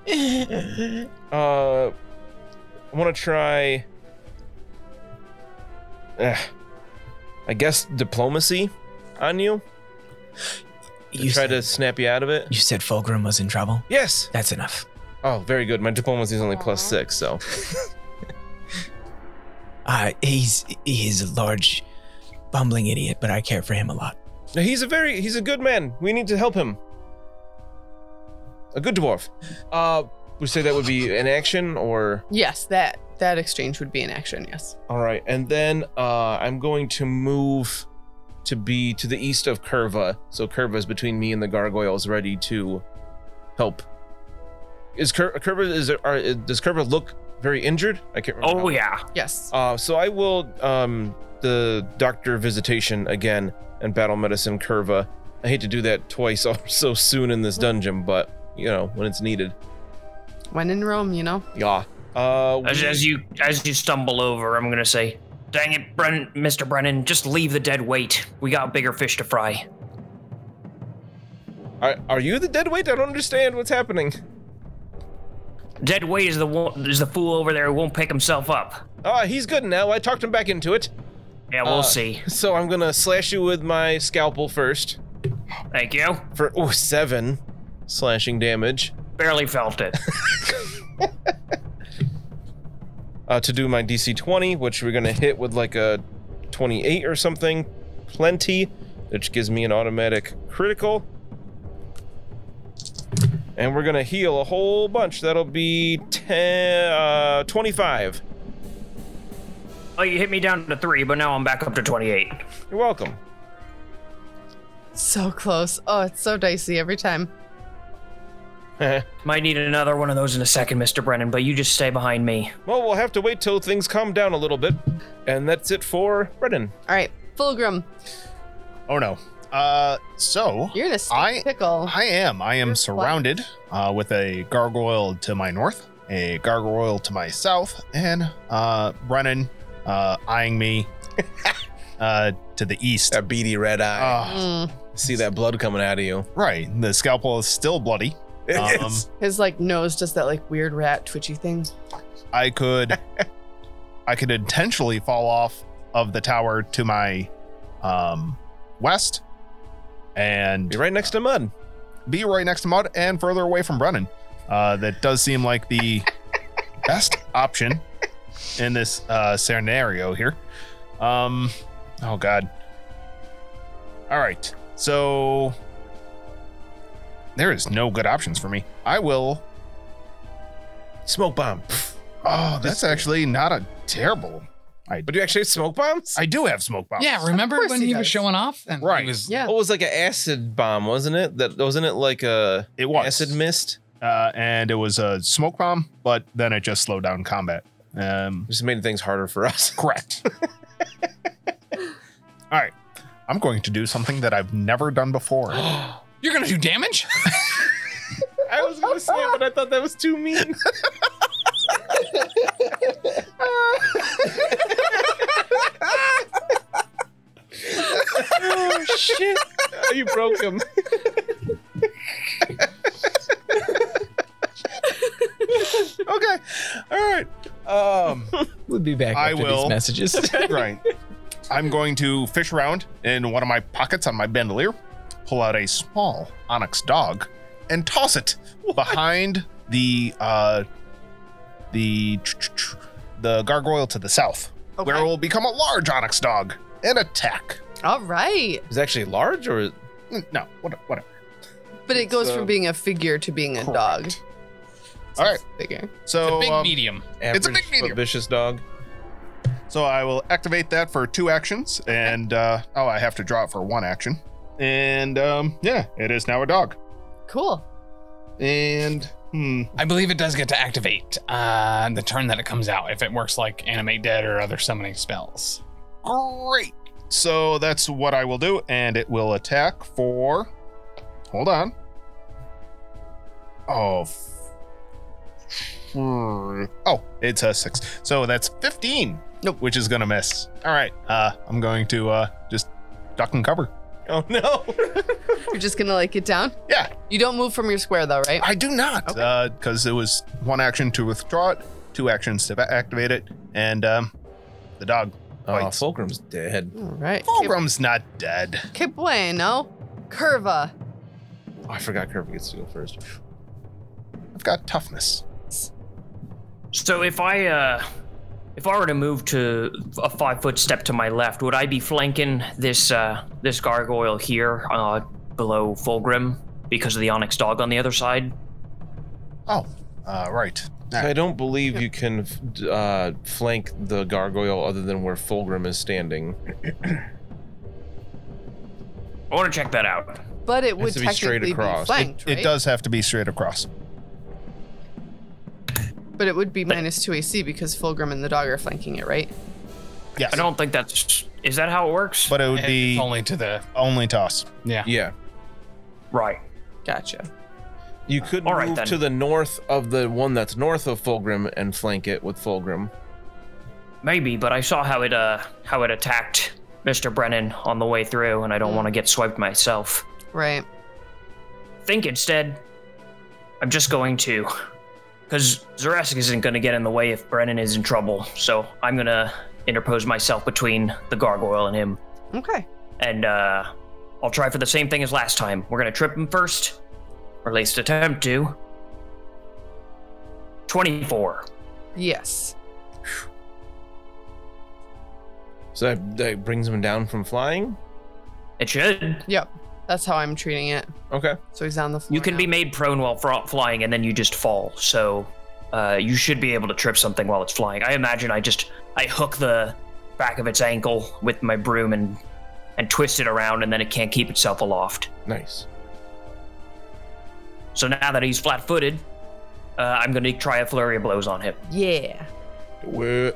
Speaker 3: uh, I want to try. Eh, I guess diplomacy on you to
Speaker 5: You
Speaker 3: try
Speaker 5: said,
Speaker 3: to snap you out of it.
Speaker 5: you said Fulgrim was in trouble.
Speaker 3: Yes.
Speaker 5: That's enough.
Speaker 3: Oh, very good. My diplomacy is only plus
Speaker 2: Aw.
Speaker 3: six, so
Speaker 5: Uh, he's he's a large, bumbling idiot, but I care for him a lot.
Speaker 3: Now, he's a very he's a good man. We need to help him. A good dwarf. Uh, we say that would be an action, or
Speaker 2: yes, that that exchange would be in action. Yes.
Speaker 3: all right, and then uh, I'm going to move to be to the east of Curva. So Curva's between me and the gargoyles, ready to help. Is Cur- Curva is are, does Curva look very injured? I can't remember.
Speaker 6: Oh yeah.
Speaker 2: Yes.
Speaker 3: Uh, so I will um, the doctor visitation again and battle medicine curva. I hate to do that twice or so soon in this dungeon, but you know when it's needed.
Speaker 2: When in Rome, you know.
Speaker 3: Yeah. Uh,
Speaker 6: As,
Speaker 3: we-
Speaker 6: as you as you stumble over, I'm gonna say, "Dang it, Bren, Mr. Brennan, just leave the dead weight. We got bigger fish to fry."
Speaker 3: are, are you the dead weight? I don't understand what's happening.
Speaker 6: Dead Way is the one, is the fool over there who won't pick himself up.
Speaker 3: Ah, he's good now. I talked him back into it.
Speaker 6: Yeah, we'll
Speaker 3: Uh,
Speaker 6: see.
Speaker 3: So I'm gonna slash you with my scalpel first
Speaker 6: Thank you.
Speaker 3: for oh seven slashing damage
Speaker 6: Barely felt it.
Speaker 3: uh, to do my DC 20, which we're gonna hit with like a 28 or something, plenty, which gives me an automatic critical. And we're gonna heal a whole bunch. That'll be 10, uh, 25.
Speaker 6: oh, you hit me down to three, but now I'm back up to 28.
Speaker 3: You're welcome.
Speaker 2: So close. Oh, it's so dicey every time.
Speaker 6: Might need another one of those in a second, Mr. Brennan, but you just stay behind me.
Speaker 3: Well, we'll have to wait till things calm down a little bit. And that's it for Brennan.
Speaker 2: All right, Fulgrim,
Speaker 4: Oh no. Uh, so
Speaker 2: you're in a sticky
Speaker 4: I-
Speaker 2: pickle.
Speaker 4: I am. I am surrounded uh, with a gargoyle to my north, a gargoyle to my south, and uh, Brennan uh, eyeing me uh, to the east.
Speaker 3: That beady red eye.
Speaker 4: Uh,
Speaker 2: Mm,
Speaker 3: See that blood coming out of you.
Speaker 4: right. The scalpel is still bloody. Um,
Speaker 2: his like nose does that like weird rat twitchy thing.
Speaker 4: I could I could intentionally fall off of the tower to my um, west and
Speaker 3: You're right next to Mud.
Speaker 4: be right next to Mud and further away from Brennan. Uh, that does seem like the best option in this uh, scenario here. Um, oh God. All right, so there is no good options for me. I will.
Speaker 3: Smoke bomb.
Speaker 4: Oh, that's actually not a terrible.
Speaker 3: But do you actually have smoke bombs?
Speaker 4: I do have smoke bombs.
Speaker 1: Yeah, remember
Speaker 2: course
Speaker 1: when
Speaker 2: he
Speaker 1: he, was
Speaker 2: does.
Speaker 1: showing off? And he
Speaker 4: Right.
Speaker 1: was-
Speaker 2: Yeah.
Speaker 3: Oh, it was like an acid bomb, wasn't it? That wasn't it like a
Speaker 4: it was
Speaker 3: acid mist?
Speaker 4: uh, and it was a smoke bomb, but then it just slowed down combat. Um,
Speaker 3: Just made things harder for us.
Speaker 4: Correct. All right. I'm going to do something that I've never done before.
Speaker 1: You're gonna do damage?
Speaker 3: I was gonna say it, but I thought that was too mean. oh shit! you broke him.
Speaker 4: okay. All right. Um,
Speaker 5: We'll be back
Speaker 4: I
Speaker 5: after
Speaker 4: will.
Speaker 5: these messages.
Speaker 4: right. I'm going to fish around in one of my pockets on my bandolier, pull out a small onyx dog, and toss it behind the uh, the the gargoyle to the south,
Speaker 2: Okay.
Speaker 4: where it will become a large onyx dog and attack.
Speaker 2: All right,
Speaker 3: Is actually large or
Speaker 4: Mm, No, what- whatever.
Speaker 2: but it goes
Speaker 3: So-
Speaker 2: from being a figure to being a dog.
Speaker 4: Correct. All right.
Speaker 2: Bigger.
Speaker 4: So
Speaker 1: the big
Speaker 4: um,
Speaker 1: medium.
Speaker 3: average
Speaker 4: It's a big
Speaker 3: but
Speaker 4: medium.
Speaker 3: vicious dog?
Speaker 4: So I will activate that for two actions, and uh, oh, I have to draw it for one action. And um, yeah, it is now a dog.
Speaker 2: Cool.
Speaker 4: And hmm,
Speaker 1: I believe it does get to activate uh, the turn that it comes out if it works like animate dead or other summoning spells.
Speaker 4: great. So that's what I will do, and it will attack for. Hold on. Oh. f- hmm. Oh, it's a six. So that's fifteen.
Speaker 2: Nope.
Speaker 4: Which is gonna miss. All right. Uh, I'm going to uh just duck and cover.
Speaker 3: Oh no!
Speaker 2: You're just gonna like get down.
Speaker 4: Yeah.
Speaker 2: You don't move from your square though, right?
Speaker 4: I do not. Because Uh, it was one action to withdraw it, two actions to va- activate it, and um, the dog
Speaker 3: Oh,
Speaker 4: bites.
Speaker 3: Fulcrum's dead.
Speaker 2: All right.
Speaker 4: Fulgrim's not dead.
Speaker 2: Que bueno. Curva.
Speaker 3: Oh, I forgot Kirby gets to go first.
Speaker 4: I've got toughness.
Speaker 6: So if I uh, if I were to move to a five foot step to my left, would I be flanking this uh, this gargoyle here uh, below Fulgrim because of the onyx dog on the other side?
Speaker 4: Oh, uh, right.
Speaker 3: I don't believe you can f- d- uh, flank the gargoyle other than where Fulgrim is standing.
Speaker 6: I want to check that out.
Speaker 2: But it would
Speaker 3: to be straight
Speaker 2: technically be
Speaker 3: across.
Speaker 2: flanked,
Speaker 4: It
Speaker 2: right?
Speaker 4: does have to be straight across.
Speaker 2: But it would be minus two AC because Fulgrim and the dog are flanking it, right?
Speaker 4: Yes.
Speaker 6: I don't think that's is that how it works?
Speaker 4: But it would be
Speaker 1: It's
Speaker 4: only,
Speaker 1: only to the
Speaker 4: toss.
Speaker 1: yeah.
Speaker 3: Yeah,
Speaker 6: right.
Speaker 2: Gotcha.
Speaker 3: you could
Speaker 6: All right,
Speaker 3: move
Speaker 6: then.
Speaker 3: to the north of the one that's north of Fulgrim and flank it with Fulgrim.
Speaker 6: Maybe, but I saw how it uh how it attacked Mr. Brennan on the way through, and I don't want to get swiped myself.
Speaker 2: Right.
Speaker 6: Think instead, I'm just going to because Zurassic isn't going to get in the way if Brennan is in trouble. So I'm going to interpose myself between the gargoyle and him.
Speaker 2: Okay.
Speaker 6: And uh, I'll try for the same thing as last time. We're going to trip him first, or at least attempt to. 24.
Speaker 2: Yes.
Speaker 3: So that, that brings him down from flying.
Speaker 6: It should.
Speaker 2: Yep. That's how I'm treating it.
Speaker 3: Okay.
Speaker 2: So he's on the floor.
Speaker 6: You can
Speaker 2: now.
Speaker 6: be made prone while fro- flying, and then you just fall. So uh, you should be able to trip something while it's flying. I imagine I just I hook the back of its ankle with my broom and and twist it around, and then it can't keep itself aloft.
Speaker 3: Nice.
Speaker 6: So now that he's flat-footed, uh, I'm going to try a flurry of blows on him,
Speaker 2: Yeah.
Speaker 3: Wha-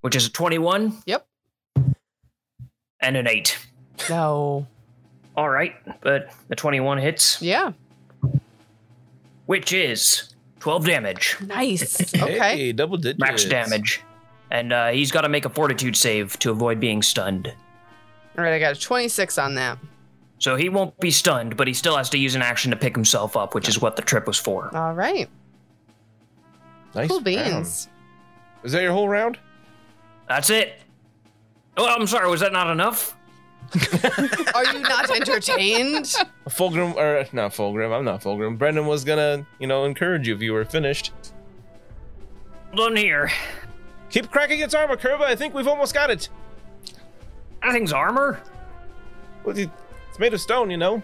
Speaker 6: which is a 21
Speaker 2: Yep.
Speaker 6: and an eight.
Speaker 2: No.
Speaker 6: All right, but the 21 hits,
Speaker 2: Yeah.
Speaker 6: which is 12 damage,
Speaker 2: Nice. Okay.
Speaker 3: Hey, double digits.
Speaker 6: max damage, and uh, he's got to make a Fortitude save to avoid being stunned.
Speaker 2: All right. I got a 26 on that.
Speaker 6: So he won't be stunned, but he still has to use an action to pick himself up, which is what the trip was for.
Speaker 2: All right.
Speaker 3: Nice
Speaker 2: Cool
Speaker 3: round.
Speaker 2: beans.
Speaker 3: Is that your whole round?
Speaker 6: That's it. Oh, I'm sorry, was that not enough?
Speaker 2: Are you not entertained?
Speaker 3: Fulgrim, or not Fulgrim, I'm not Fulgrim. Brendan was gonna, you know, encourage you if you were finished.
Speaker 6: Hold on here.
Speaker 3: Keep cracking its armor, Curva. I think we've almost got it.
Speaker 6: That thing's armor?
Speaker 3: Well, it- It's made of stone, you know.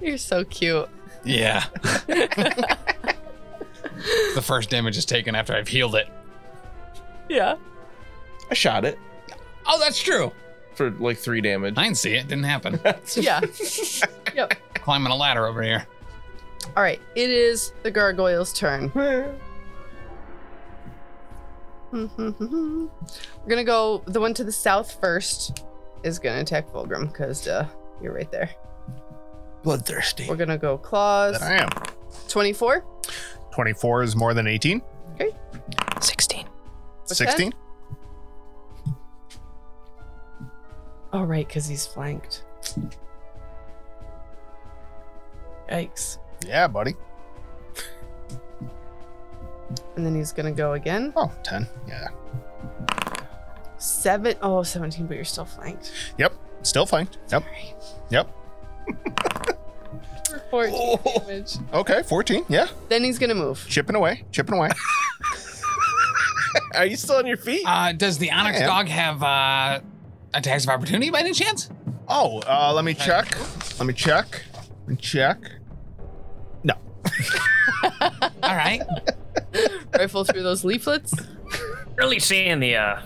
Speaker 2: You're so cute.
Speaker 1: Yeah. the first damage is taken after I've healed it.
Speaker 2: Yeah.
Speaker 3: I shot it
Speaker 1: Oh, that's true.
Speaker 3: for like three damage.
Speaker 1: I didn't see it. Didn't happen.
Speaker 2: Yeah.
Speaker 1: Climbing a ladder over here.
Speaker 2: All right. It is the gargoyle's turn. We're gonna go. The one to the south first is gonna attack Fulgrim because uh, you're right there.
Speaker 5: Bloodthirsty.
Speaker 2: We're gonna go claws.
Speaker 4: That I am.
Speaker 2: 24.
Speaker 4: 24 is more than 18.
Speaker 5: 16.
Speaker 2: What's that?
Speaker 4: 16.
Speaker 2: Oh, right, because he's flanked. Yikes.
Speaker 4: Yeah, buddy.
Speaker 2: And then he's gonna go again.
Speaker 4: Oh, 10. Yeah.
Speaker 2: Seven. Oh, 17, but you're still flanked.
Speaker 4: Yep. Still fine. Yep.
Speaker 2: Sorry.
Speaker 4: Yep.
Speaker 2: 14
Speaker 4: Oh.
Speaker 2: damage.
Speaker 4: Okay. 14. Yeah.
Speaker 2: Then he's gonna move.
Speaker 4: Chipping away. Chipping away.
Speaker 3: Are you still on your feet?
Speaker 1: Uh, does the Onyx
Speaker 4: Yeah.
Speaker 1: dog have uh, attacks of opportunity by any chance?
Speaker 4: Oh, uh, let me check. Let me check. Let me check.
Speaker 1: All right.
Speaker 2: Rifle through those leaflets.
Speaker 6: Really seeing the uh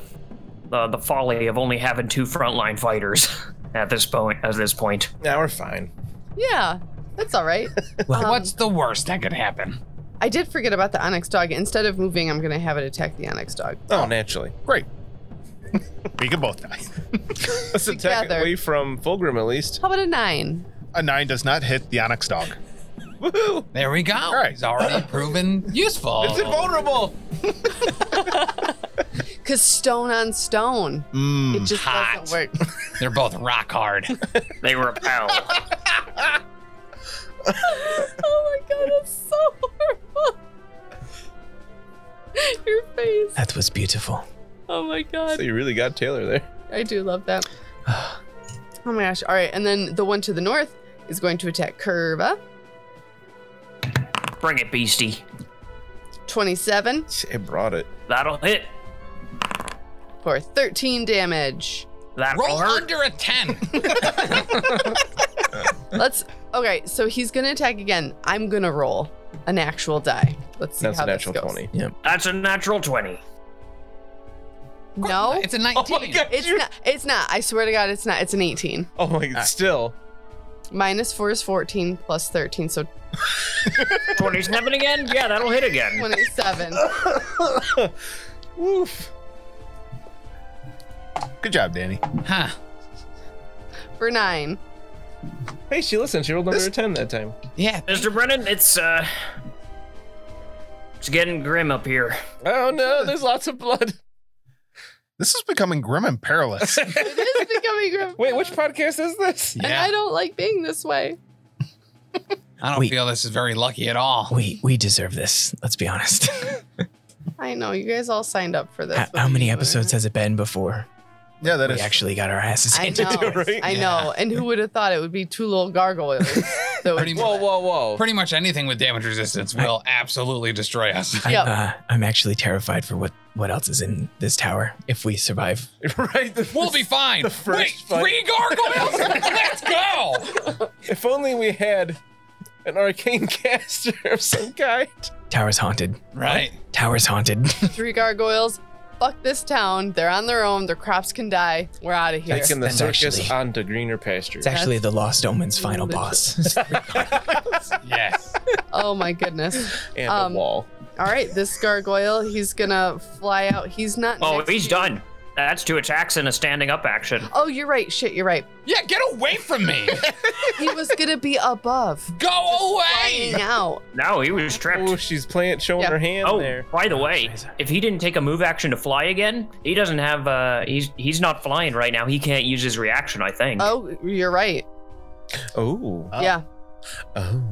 Speaker 6: the, the folly of only having two frontline fighters at this point at this point.
Speaker 3: Now we're fine.
Speaker 2: Yeah, that's all right. Um,
Speaker 1: What's the worst that could happen?
Speaker 2: I did forget about the onyx dog. Instead of moving, I'm gonna have it attack the onyx dog.
Speaker 3: Oh, naturally.
Speaker 4: Great. we can both die.
Speaker 3: Let's attack
Speaker 2: Together.
Speaker 3: away from Fulgrim at least.
Speaker 2: How about a nine?
Speaker 4: A nine does not hit the onyx dog.
Speaker 3: Woohoo!
Speaker 1: There we go. All
Speaker 4: right.
Speaker 1: He's already proven useful.
Speaker 3: It's invulnerable.
Speaker 2: Cause stone on stone,
Speaker 4: Mm.
Speaker 3: Mmm,
Speaker 2: it just
Speaker 1: Hot.
Speaker 2: doesn't work.
Speaker 1: They're both rock hard.
Speaker 6: They repel.
Speaker 2: oh my god, that's so horrible. Your face.
Speaker 5: That was beautiful.
Speaker 2: Oh my
Speaker 3: So
Speaker 2: god.
Speaker 3: you really got Taylor there.
Speaker 2: I do love that. Oh my gosh. All right, and then the one to the north is going to attack Curva.
Speaker 6: Bring it, beastie.
Speaker 2: 27
Speaker 3: It brought it.
Speaker 6: That'll hit.
Speaker 2: for 13 damage.
Speaker 6: That'll
Speaker 1: Roll
Speaker 6: hurt.
Speaker 1: under a 10.
Speaker 2: Let's. Okay, so he's gonna attack again. I'm gonna roll an actual die. Let's see
Speaker 3: That's
Speaker 2: how
Speaker 3: a natural
Speaker 2: this goes.
Speaker 3: twenty. Yeah.
Speaker 6: That's a natural twenty.
Speaker 2: No,
Speaker 1: It's a 19.
Speaker 2: it's not. It's not. I swear to God, it's not. It's an 18.
Speaker 3: Oh my god. Still.
Speaker 2: Minus four is 14, plus 13, so
Speaker 6: Twenty-seven again? Yeah, that'll hit again.
Speaker 2: 27.
Speaker 3: Woof.
Speaker 4: Good job, Danny.
Speaker 1: Huh.
Speaker 2: for nine.
Speaker 3: Hey, she listened. She rolled under a ten that time.
Speaker 1: Yeah.
Speaker 6: Mr. Brennan, it's uh it's getting grim up here.
Speaker 3: Oh no, there's lots of blood.
Speaker 4: This is becoming grim and perilous.
Speaker 2: It is becoming grim.
Speaker 3: Wait, which podcast is this?
Speaker 2: And I don't like being this way.
Speaker 1: I don't
Speaker 5: Wait.
Speaker 1: feel this is very lucky at all.
Speaker 5: We we deserve this. Let's be honest.
Speaker 2: I know you guys all signed up for this.
Speaker 5: How,
Speaker 2: What
Speaker 5: how
Speaker 2: are
Speaker 5: many
Speaker 2: you doing?
Speaker 5: episodes has it been before
Speaker 4: Yeah, that
Speaker 5: we
Speaker 4: is.
Speaker 5: actually got our asses
Speaker 2: I
Speaker 5: handed
Speaker 2: know.
Speaker 5: to us?
Speaker 2: I know. And who would have thought it would be two little gargoyles? So
Speaker 1: Pretty
Speaker 3: Whoa, whoa, whoa.
Speaker 1: Pretty much anything with damage resistance will absolutely destroy us.
Speaker 5: I'm,
Speaker 2: Yep.
Speaker 5: uh, I'm actually terrified for what what else is in this tower if we survive.
Speaker 3: right? The-
Speaker 1: We'll be fine.
Speaker 3: first
Speaker 1: Wait,
Speaker 3: fight.
Speaker 1: three gargoyles? Let's go.
Speaker 3: if only we had an arcane caster of some kind.
Speaker 5: Tower's haunted.
Speaker 1: Right.
Speaker 5: Tower's haunted.
Speaker 2: three gargoyles. Fuck this town. They're on their own. Their crops can die. We're out of here.
Speaker 3: Taking the
Speaker 5: That's
Speaker 3: circus
Speaker 5: actually-
Speaker 3: onto greener
Speaker 5: It's
Speaker 3: pastures.
Speaker 5: actually the Lost Omen's final boss.
Speaker 1: Yes.
Speaker 2: Oh my goodness.
Speaker 3: and
Speaker 2: um,
Speaker 3: the wall.
Speaker 2: All right, this gargoyle, he's gonna fly out. He's not.
Speaker 6: Oh,
Speaker 2: next
Speaker 6: he's
Speaker 2: to you.
Speaker 6: done. That's two attacks and a standing up action.
Speaker 2: Oh, you're right. Shit, you're right.
Speaker 1: Yeah, get away from me.
Speaker 2: He was gonna be above.
Speaker 1: Go away.
Speaker 2: Flying out.
Speaker 6: No, he was tripped.
Speaker 3: Oh, she's playing, showing
Speaker 2: Yeah.
Speaker 3: her hand
Speaker 6: Oh,
Speaker 3: there.
Speaker 6: by the way,
Speaker 5: Fraser.
Speaker 6: if he didn't take a move action to fly again, he doesn't have. Uh, he's he's not flying right now. He can't use his reaction. I think
Speaker 2: Oh, you're right.
Speaker 3: Oh,
Speaker 2: Yeah.
Speaker 3: oh.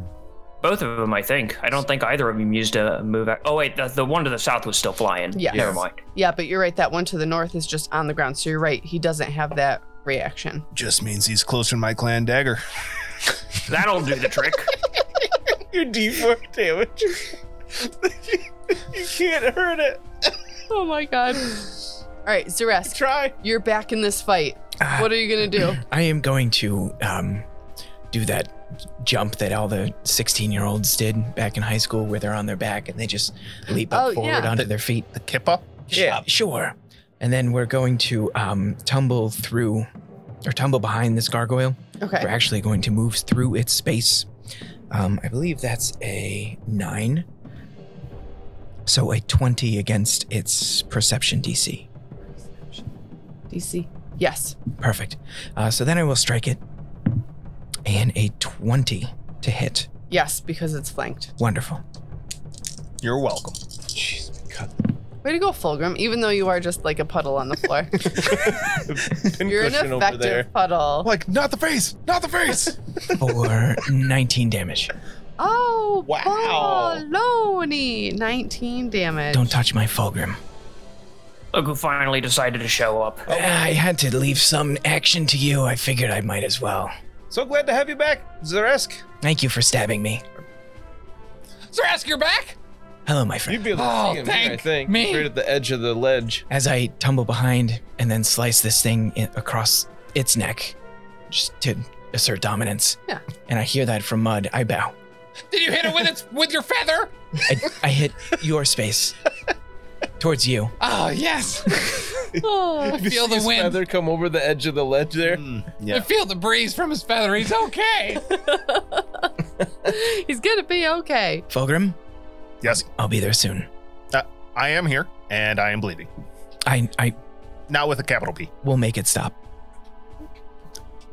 Speaker 6: both of them. I think I don't think either of them used a move. Ac- oh wait, the, the one to the south was still flying.
Speaker 2: Yes.
Speaker 6: never mind.
Speaker 2: Yeah, but you're right. That one to the north is just on the ground. So you're right. He doesn't have that reaction.
Speaker 4: Just means he's closer to my clan dagger.
Speaker 6: That'll do the trick.
Speaker 3: Your D4 damage. you can't hurt it.
Speaker 2: Oh my god. All right, Zeresk,
Speaker 3: Try.
Speaker 2: you're back in this fight.
Speaker 5: Ah.
Speaker 2: What are you gonna do?
Speaker 5: I am going to um, do that jump that all the 16 year olds did back in high school where they're on their back and they just leap up
Speaker 2: Oh,
Speaker 5: forward
Speaker 2: yeah.
Speaker 5: onto their feet.
Speaker 4: The kippa.
Speaker 3: Yeah.
Speaker 5: Sure. And then we're going to um, tumble through or tumble behind this gargoyle. We're
Speaker 2: Okay.
Speaker 5: actually going to move through its space. Um, I believe that's a nine. So a 20 against its perception DC.
Speaker 2: DC. Yes.
Speaker 5: Perfect. Uh, so then I will strike it. And a 20 to hit.
Speaker 2: Yes, because it's flanked.
Speaker 5: Wonderful.
Speaker 4: You're welcome.
Speaker 2: Way to go, Fulgrim, even though you are just like a puddle on the floor. You're an
Speaker 3: Pincushion over there.
Speaker 2: effective puddle.
Speaker 4: Like, not the face, not the face.
Speaker 5: For 19 damage.
Speaker 2: Oh,
Speaker 3: Wow.
Speaker 2: baloney. 19 damage.
Speaker 5: Don't touch my Fulgrim.
Speaker 6: Look, finally decided to show up.
Speaker 5: I had to leave some action to you. I figured I might as well.
Speaker 3: So glad to have you back, Zeresk.
Speaker 5: Thank you for stabbing me.
Speaker 1: Zerask, you're back?
Speaker 5: Hello, my friend.
Speaker 3: You'd be able to
Speaker 1: Oh,
Speaker 3: see him
Speaker 1: thank
Speaker 3: here, I think.
Speaker 1: me.
Speaker 3: Right at the edge of the ledge.
Speaker 5: As I tumble behind and then slice this thing i- across its neck, just to assert dominance.
Speaker 2: Yeah.
Speaker 5: And I hear that from Mud. I bow.
Speaker 1: Did you hit it with its with your feather?
Speaker 5: I, I hit your space towards you.
Speaker 1: Oh yes.
Speaker 2: Oh.
Speaker 1: I feel the
Speaker 3: His
Speaker 1: wind. Mm.
Speaker 3: feather come over the edge of the ledge there.
Speaker 1: I
Speaker 4: yeah.
Speaker 1: feel the breeze from his feather. He's okay.
Speaker 2: He's gonna be okay.
Speaker 5: Fulgrim,
Speaker 4: Yes,
Speaker 5: I'll be there soon.
Speaker 4: I am here, and I am bleeding.
Speaker 5: I, I
Speaker 4: Not with a capital P.
Speaker 5: will make it stop.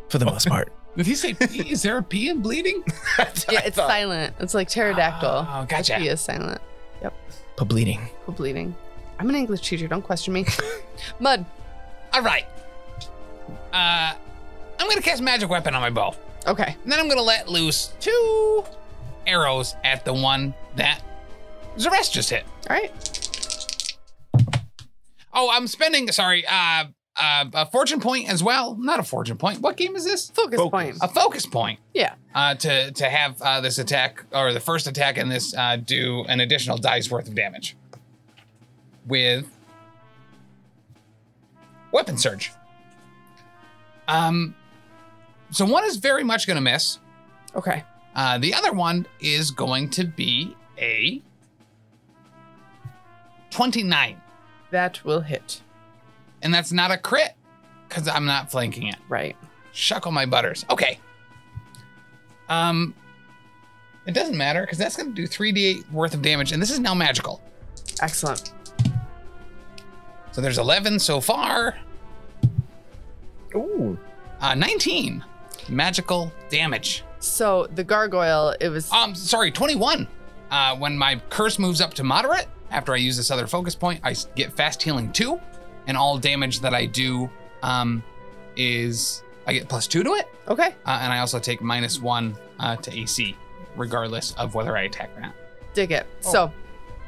Speaker 5: For the most part.
Speaker 1: Did he say pee? Is there a pee in bleeding?
Speaker 2: Yeah, it's silent. It's like pterodactyl.
Speaker 1: Oh, gotcha.
Speaker 2: He is silent.
Speaker 5: But bleeding.
Speaker 2: Poop bleeding. I'm an English teacher. Don't question me. Mud.
Speaker 1: All right. Uh, I'm gonna cast magic weapon on my bow,
Speaker 2: Okay.
Speaker 1: and then I'm gonna let loose two arrows at the one that Zeresk just hit.
Speaker 2: All right.
Speaker 1: Oh, I'm spending. Sorry. Uh, uh, a fortune point as well. Not a fortune point. What game is this?
Speaker 2: Focus, point.
Speaker 1: A focus point.
Speaker 2: Yeah.
Speaker 1: Uh, to to have uh, this attack or the first attack and this uh, do an additional die's worth of damage with weapon surge. Um, so one is very much going to miss.
Speaker 2: Okay.
Speaker 1: Uh, the other one is going to be a twenty-nine,
Speaker 2: That will hit.
Speaker 1: and that's not a crit because I'm not flanking it.
Speaker 2: Right.
Speaker 1: Shuckle my butters. Okay. Um, it doesn't matter because that's going to do 3d8 worth of damage, and this is now magical.
Speaker 2: Excellent.
Speaker 1: So there's 11 so far.
Speaker 3: Ooh.
Speaker 1: Uh, 19 magical damage.
Speaker 2: So the gargoyle, it was.
Speaker 1: Um, sorry, 21. Uh, when my curse moves up to moderate, after I use this other focus point, I s- get fast healing two, and all damage that I do, um, is I get plus two to it,
Speaker 2: okay.
Speaker 1: uh, and I also take minus one uh, to AC regardless of whether I attack or not.
Speaker 2: Dig it.
Speaker 4: Oh.
Speaker 2: So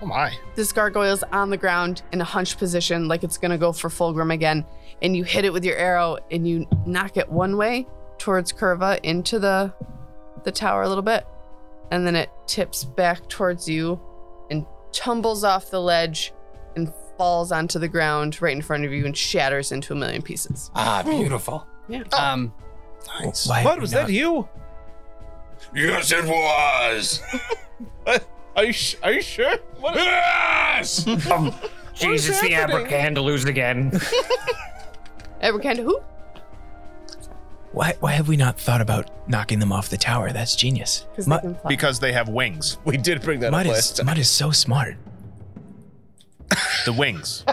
Speaker 4: Oh my.
Speaker 2: This gargoyle's on the ground in a hunch position, like it's gonna go for Fulgrim again, and you hit it with your arrow and you knock it one way towards Curva into the the tower a little bit, and then it tips back towards you and tumbles off the ledge and falls onto the ground right in front of you and shatters into a million pieces.
Speaker 1: Ah, beautiful.
Speaker 2: Yeah.
Speaker 1: Um,
Speaker 3: Nice.
Speaker 5: Why
Speaker 3: What was
Speaker 5: not?
Speaker 3: that? You?
Speaker 7: Yes, it was.
Speaker 3: Are you, sh- are you sure? What?
Speaker 7: Yes.
Speaker 6: Jeez, it's the
Speaker 3: happening?
Speaker 6: abracandaloos again.
Speaker 2: Ever kind of who?
Speaker 5: Why, why have we not thought about knocking them off the tower? That's genius.
Speaker 2: Because
Speaker 5: Mu-
Speaker 2: they can fly.
Speaker 4: Because they have wings.
Speaker 3: We did bring that
Speaker 5: Mud
Speaker 3: up
Speaker 5: is,
Speaker 3: last time.
Speaker 5: Mud is so smart.
Speaker 4: The wings.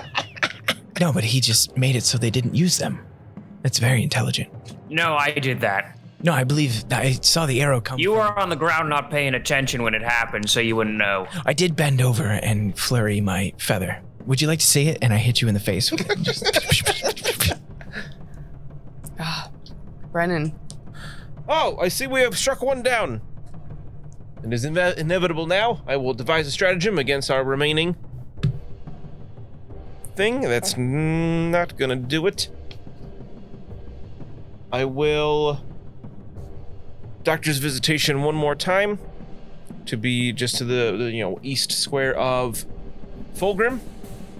Speaker 5: No, but he just made it so they didn't use them. That's very intelligent.
Speaker 6: No, I did that.
Speaker 5: No, I believe I saw the arrow come.
Speaker 6: You were on the ground not paying attention when it happened, so you wouldn't know.
Speaker 5: I did bend over and flurry my feather. Would you like to see it? And I hit you in the face. with it. Just-
Speaker 2: Ah, Brennan.
Speaker 3: Oh, I see we have struck one down. It is inve- inevitable now. I will devise a stratagem against our remaining thing. That's n- not gonna do it. I will doctor's visitation one more time to be just to the, the you know east square of Fulgrim,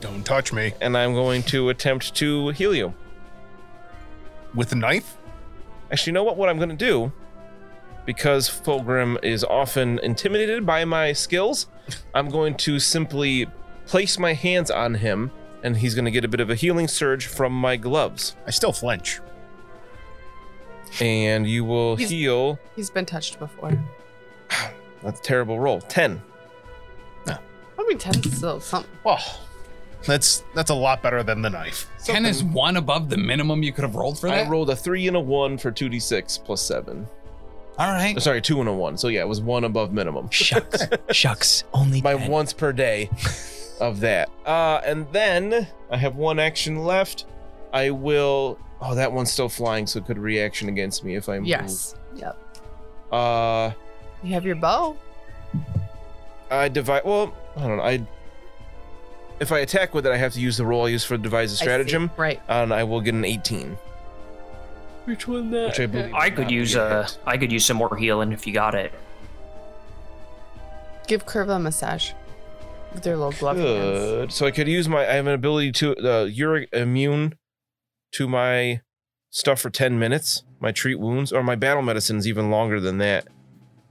Speaker 4: Don't touch me.
Speaker 3: and I'm going to attempt to heal you.
Speaker 4: With a knife?
Speaker 3: Actually, you know what? What I'm going to do, because Fulgrim is often intimidated by my skills, I'm going to simply place my hands on him, and he's going to get a bit of a healing surge from my gloves.
Speaker 4: I still flinch.
Speaker 3: And you will
Speaker 2: He's-
Speaker 3: heal.
Speaker 2: He's been touched before.
Speaker 3: That's a terrible roll. 10.
Speaker 2: Probably ten still something.
Speaker 4: Oh. That's that's a lot better than the knife.
Speaker 1: 10 is one above the minimum you could have rolled for that.
Speaker 3: I rolled a 3 and a 1 for 2d6 plus 7.
Speaker 1: All right.
Speaker 3: Sorry, 2 and a 1. So yeah, it was 1 above minimum.
Speaker 5: shucks, shucks. Only
Speaker 3: by
Speaker 5: 10.
Speaker 3: once per day of that. Uh, and then I have one action left. I will. Oh, that one's still flying, so it could reaction against me if I move.
Speaker 2: Yes. Yep.
Speaker 3: Uh,
Speaker 2: You have your bow.
Speaker 3: I divide. Well, I don't know. I if I attack with it, I have to use the roll I use for devise a
Speaker 2: I see.
Speaker 3: stratagem,
Speaker 2: Right.
Speaker 3: and I will get an 18,
Speaker 1: Which one that?
Speaker 3: which I believe.
Speaker 6: I
Speaker 3: would
Speaker 6: could
Speaker 3: not
Speaker 6: use
Speaker 3: be a
Speaker 6: uh,
Speaker 3: hit.
Speaker 6: I could use some more healing if you got it.
Speaker 2: Give Curva a massage with your little glove hands.
Speaker 3: Good. So I could use my. I have an ability to. Uh, you're immune to my stuff for ten minutes. My treat wounds or my battle medicine is even longer than that.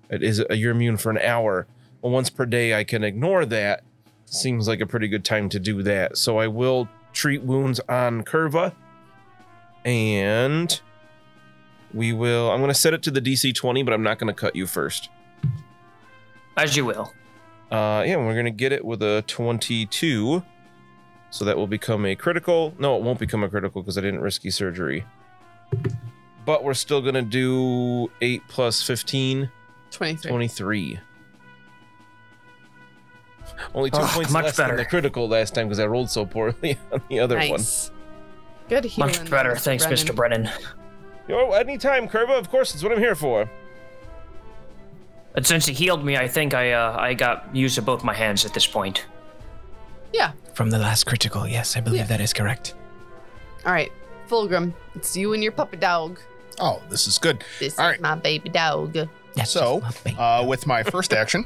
Speaker 3: It is. Uh, you're immune for an hour. Well, once per day, I can ignore that. Seems like a pretty good time to do that. So I will treat wounds on Curva, and we will. I'm going to set it to the DC 20, but I'm not going to cut you first.
Speaker 6: As you will.
Speaker 3: Uh, yeah, and we're gonna get it with a 22. So that will become a critical. No, it won't become a critical because I didn't risky surgery. But we're still gonna do 8 plus 15,
Speaker 2: 23.
Speaker 3: 23. Only two
Speaker 6: Ugh,
Speaker 3: points
Speaker 6: much
Speaker 3: less than
Speaker 6: better.
Speaker 3: the critical last time because I rolled so poorly on the other one.
Speaker 2: nice. Good healing.
Speaker 6: Much better. Thanks, Mr. Brennan.
Speaker 3: Yo, anytime, Curva. Of course, it's what I'm here for.
Speaker 6: But since he healed me, I think I uh, I got use of both my hands at this point.
Speaker 5: from the last critical. Yes, I believe that is correct.
Speaker 2: All right, Fulgrim, it's you and your puppy dog.
Speaker 4: Oh, this is good.
Speaker 2: This
Speaker 4: All
Speaker 2: is
Speaker 4: right.
Speaker 2: my baby dog.
Speaker 5: That's
Speaker 4: So,
Speaker 5: just lovely.
Speaker 4: Uh, with my first action,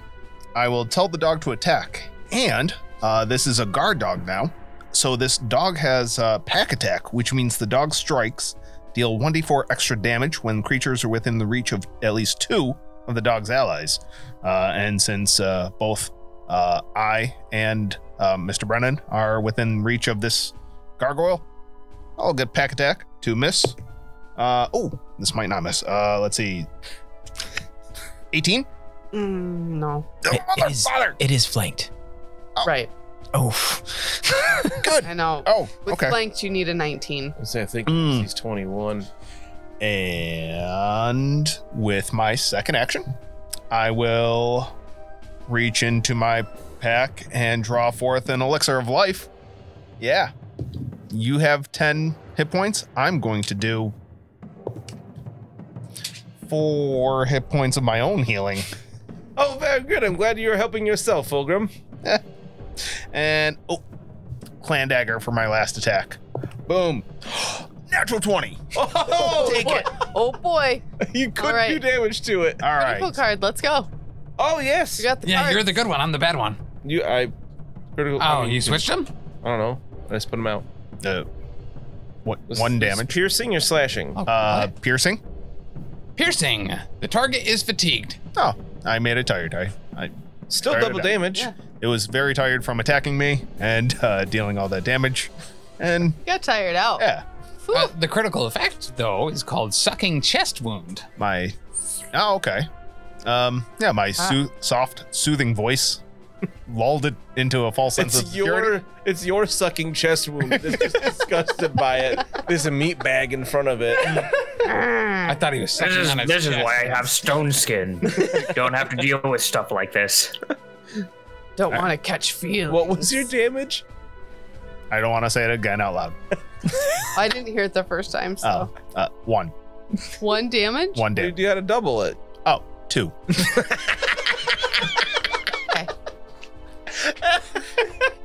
Speaker 4: I will tell the dog to attack. And uh, this is a guard dog now. So this dog has uh, pack attack, which means the dog strikes, deal 1d4 extra damage when creatures are within the reach of at least two of the dog's allies. Uh, and since uh, both uh, I and uh, Mr. Brennan are within reach of this gargoyle, I'll get pack attack to miss. Uh, oh, this might not miss. Uh, let's see. 18?
Speaker 2: Mm, no,
Speaker 5: It- it, is, it is flanked.
Speaker 2: right.
Speaker 5: Oof.
Speaker 4: Oh, Good.
Speaker 2: I know.
Speaker 4: Oh,
Speaker 2: With
Speaker 4: okay.
Speaker 2: flanked, you need a 19.
Speaker 3: I say, I think
Speaker 4: Mm.
Speaker 3: he's 21.
Speaker 4: And with my second action, I will reach into my pack and draw forth an elixir of life. Yeah. You have 10 hit points. I'm going to do four hit points of my own healing.
Speaker 3: Yeah, Oh, good. I'm glad you're helping yourself, Fulgrim.
Speaker 4: And oh, clan dagger for my last attack. Boom. Natural 20.
Speaker 3: Oh,
Speaker 2: Take it. Oh boy.
Speaker 3: you could
Speaker 2: Alright.
Speaker 3: do damage to it.
Speaker 4: All
Speaker 2: Purple
Speaker 4: right.
Speaker 2: card. Let's go.
Speaker 3: Oh yes.
Speaker 2: We got the
Speaker 8: Yeah,
Speaker 2: card.
Speaker 8: you're the good one. I'm the bad one.
Speaker 3: you. I critical. I
Speaker 8: Oh,
Speaker 3: mean,
Speaker 8: you switched them?
Speaker 3: I don't know. I just put him out.
Speaker 4: Uh, what,
Speaker 3: Was-
Speaker 4: one
Speaker 3: was
Speaker 4: damage.
Speaker 3: Piercing or slashing?
Speaker 8: Oh,
Speaker 4: Uh,
Speaker 8: what?
Speaker 4: piercing.
Speaker 8: Piercing. The target is fatigued.
Speaker 4: Oh, I made it tired. I, I,
Speaker 3: Still
Speaker 4: Tired
Speaker 3: double
Speaker 4: of-
Speaker 3: damage.
Speaker 2: Yeah.
Speaker 4: it was very tired from attacking me and uh, dealing all that damage. And
Speaker 2: got tired out.
Speaker 4: yeah,
Speaker 2: Whew.
Speaker 8: Uh, the critical effect, though, is called sucking chest wound.
Speaker 4: my oh okay um yeah my
Speaker 3: Ah.
Speaker 4: soo- soft soothing voice lulled it into a false sense of
Speaker 3: It's
Speaker 4: security
Speaker 3: your it's your sucking chest wound that's just disgusted by it. There's a meat bag in front of it.
Speaker 8: I thought he was sucking
Speaker 6: This is,
Speaker 8: on his
Speaker 6: this is
Speaker 8: chest.
Speaker 6: why I have stone skin. Don't have to deal with stuff like this.
Speaker 2: Don't want to catch feelings.
Speaker 3: What was your damage?
Speaker 4: i don't want to say it again out loud
Speaker 2: I didn't hear it the first time. So
Speaker 4: oh uh, one
Speaker 2: one damage.
Speaker 4: one
Speaker 3: Dude,
Speaker 4: damage
Speaker 3: you had to double it.
Speaker 4: oh two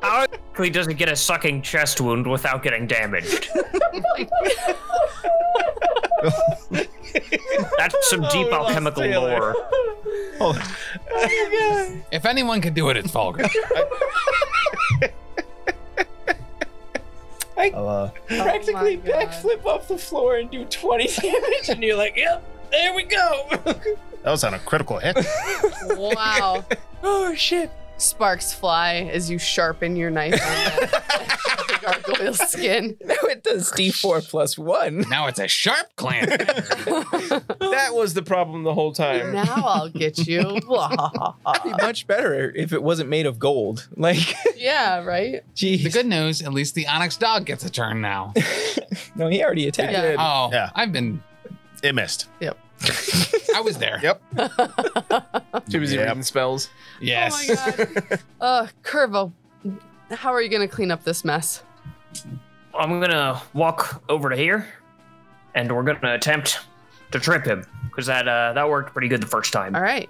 Speaker 6: How exactly does it get a sucking chest wound without getting damaged? That's some deep
Speaker 3: we lost
Speaker 6: alchemical
Speaker 3: Taylor.
Speaker 6: lore.
Speaker 8: If anyone could do it, it's Fulgrim.
Speaker 4: uh,
Speaker 2: Practically
Speaker 9: backflip off the floor and do 20 damage, and you're like, yep, there we go.
Speaker 4: that was on a critical hit
Speaker 2: Wow.
Speaker 9: oh, shit.
Speaker 2: Sparks fly as you sharpen your knife on that the gargoyle skin.
Speaker 9: Now it does D4 plus one.
Speaker 8: now it's a sharp clan.
Speaker 3: That was the problem the whole time.
Speaker 2: Now I'll get you.
Speaker 9: Be much better if it wasn't made of gold. Like,
Speaker 2: yeah, right?
Speaker 8: the
Speaker 9: geez.
Speaker 8: good news, at least the Onyx dog gets a turn now.
Speaker 9: No, he already attacked.
Speaker 2: Yeah.
Speaker 1: uh,
Speaker 8: Oh,
Speaker 4: Yeah.
Speaker 8: I've been,
Speaker 4: it missed
Speaker 8: I was there.
Speaker 4: Yep.
Speaker 3: Too busy
Speaker 4: Yep.
Speaker 3: reading spells.
Speaker 2: Oh
Speaker 8: Yes.
Speaker 2: my god. Uh, Curvo, how are you going to clean up this mess?
Speaker 6: I'm gonna walk over to here, and we're gonna attempt to trip him because that uh, that worked pretty good the first time.
Speaker 2: All right.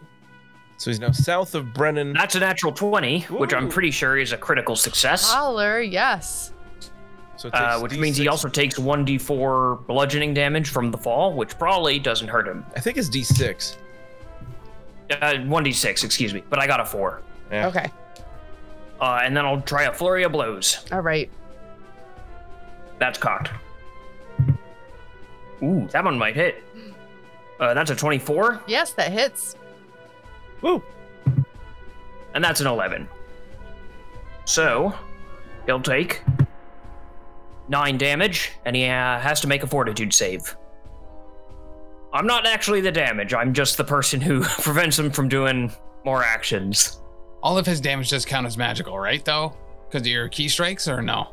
Speaker 3: So he's now south of Brennan.
Speaker 6: That's a natural twenty, which I'm
Speaker 3: Ooh.
Speaker 6: pretty sure is a critical success,
Speaker 2: Holler, yes.
Speaker 3: So it takes
Speaker 6: uh, which means he
Speaker 3: D6
Speaker 6: also takes one d4 bludgeoning damage from the fall, which probably doesn't hurt him.
Speaker 3: I think it's D6.
Speaker 6: Uh, One d6, excuse me, but I got a four,
Speaker 3: Yeah.
Speaker 2: Okay.
Speaker 6: uh, and then I'll try a flurry of blows.
Speaker 2: All right.
Speaker 6: That's cocked. Ooh, that one might hit. Uh, that's a 24,
Speaker 2: Yes, that hits.
Speaker 6: and that's an 11. So, he'll take 9 damage, and he uh, has to make a fortitude save. I'm not actually the damage, I'm just the person who prevents him from doing more actions.
Speaker 8: All of his damage does count as magical, right, though? Because of your key strikes, or no?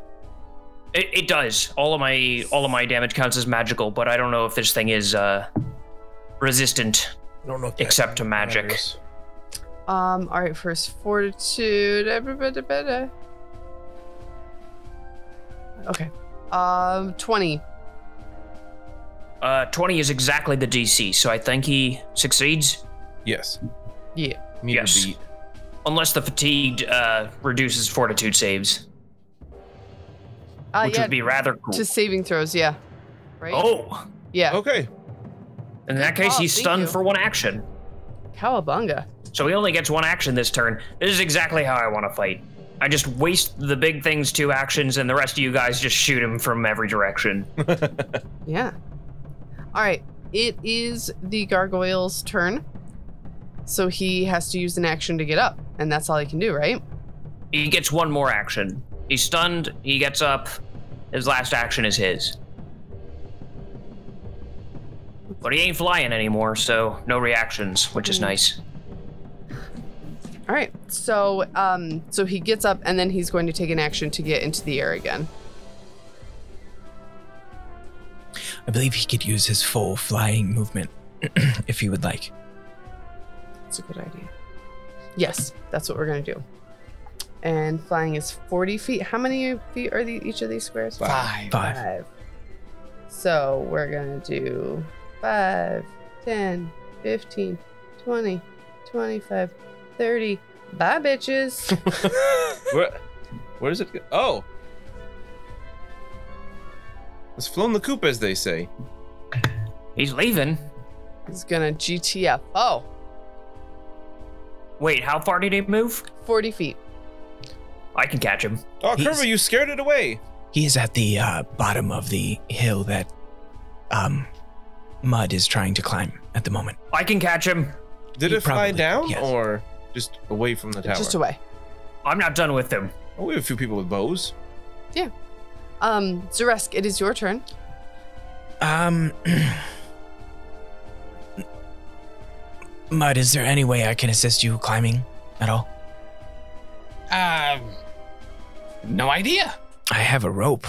Speaker 6: It, it does. All of my all of my damage counts as magical, but I don't know if this thing is uh, resistant
Speaker 3: I don't know if that
Speaker 6: except to magic.
Speaker 3: matters.
Speaker 2: Um, all right, first fortitude. Everybody better. Okay. Um, 20.
Speaker 6: Uh, 20 is exactly the DC, so I think he succeeds,
Speaker 3: Yes.
Speaker 2: Yeah.
Speaker 3: Meter
Speaker 6: Yes.
Speaker 3: beat.
Speaker 6: unless the fatigued uh, reduces fortitude saves,
Speaker 2: Uh,
Speaker 6: which
Speaker 2: yeah.
Speaker 6: would be rather cool.
Speaker 2: to saving throws, yeah. Right?
Speaker 6: Oh,
Speaker 2: Yeah.
Speaker 3: Okay.
Speaker 6: in that case,
Speaker 2: Oh,
Speaker 6: he's
Speaker 2: thank
Speaker 6: stunned
Speaker 2: you.
Speaker 6: for one action,
Speaker 2: Cowabunga.
Speaker 6: so he only gets one action this turn. This is exactly how I want to fight. I just waste the big thing's two actions, and the rest of you guys just shoot him from every direction.
Speaker 2: Yeah. All right. It is the gargoyle's turn. So he has to use an action to get up, and that's all he can do, right?
Speaker 6: he gets one more action. He's stunned. He gets up. His last action is his. But he ain't flying anymore, so no reactions, which
Speaker 2: Hmm.
Speaker 6: is nice.
Speaker 2: All right. So um so he gets up and then he's going to take an action to get into the air again.
Speaker 5: I believe he could use his full flying movement if he would like.
Speaker 2: That's a good idea. Yes, that's what we're going to do. And flying is 40 feet. How many feet are the, each of these squares?
Speaker 8: Five.
Speaker 5: Five.
Speaker 2: Five. So we're going to do 5, 10, 15, 20, 25, 30. Bye, bitches.
Speaker 3: Where, where does it go? Oh. It's flown the coop, as they say.
Speaker 6: He's leaving.
Speaker 2: He's gonna GTF. Oh,
Speaker 6: Wait, how far did he move?
Speaker 2: 40 feet.
Speaker 6: I can catch him.
Speaker 3: Oh,
Speaker 5: He's-
Speaker 3: Kerber, you scared it away.
Speaker 5: He is at the uh, bottom of the hill that um, Mud is trying to climb at the moment.
Speaker 6: I can catch him.
Speaker 3: Did
Speaker 5: He
Speaker 3: it fly
Speaker 5: probably-
Speaker 3: down
Speaker 5: yes.
Speaker 3: or just away from the tower?
Speaker 2: Just away.
Speaker 6: I'm not done with him.
Speaker 3: oh, we have a few people with bows.
Speaker 2: Um, Zaresk, it is your turn.
Speaker 5: Um, Mud, is there any way I can assist you climbing at all?
Speaker 1: Um, no idea.
Speaker 5: I have a rope,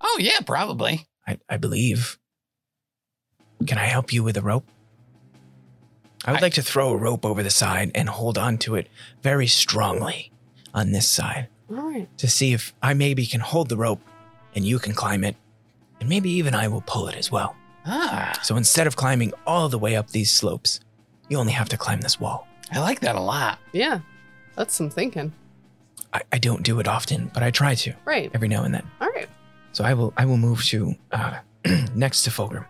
Speaker 1: Oh yeah, probably.
Speaker 5: I, I believe. Can I help you with a rope? I would
Speaker 1: I-
Speaker 5: like to throw a rope over the side and hold on to it very strongly on this side.
Speaker 2: All right.
Speaker 5: to see if I maybe can hold the rope and you can climb it. And maybe even I will pull it as well.
Speaker 1: Ah,
Speaker 5: So instead of climbing all the way up these slopes, you only have to climb this wall.
Speaker 1: I like that a lot.
Speaker 2: Yeah. That's some thinking.
Speaker 5: I, I don't do it often, but I try to
Speaker 2: Right.
Speaker 5: every now and then.
Speaker 2: All right.
Speaker 5: So I will I will move to uh, next to Fulgrim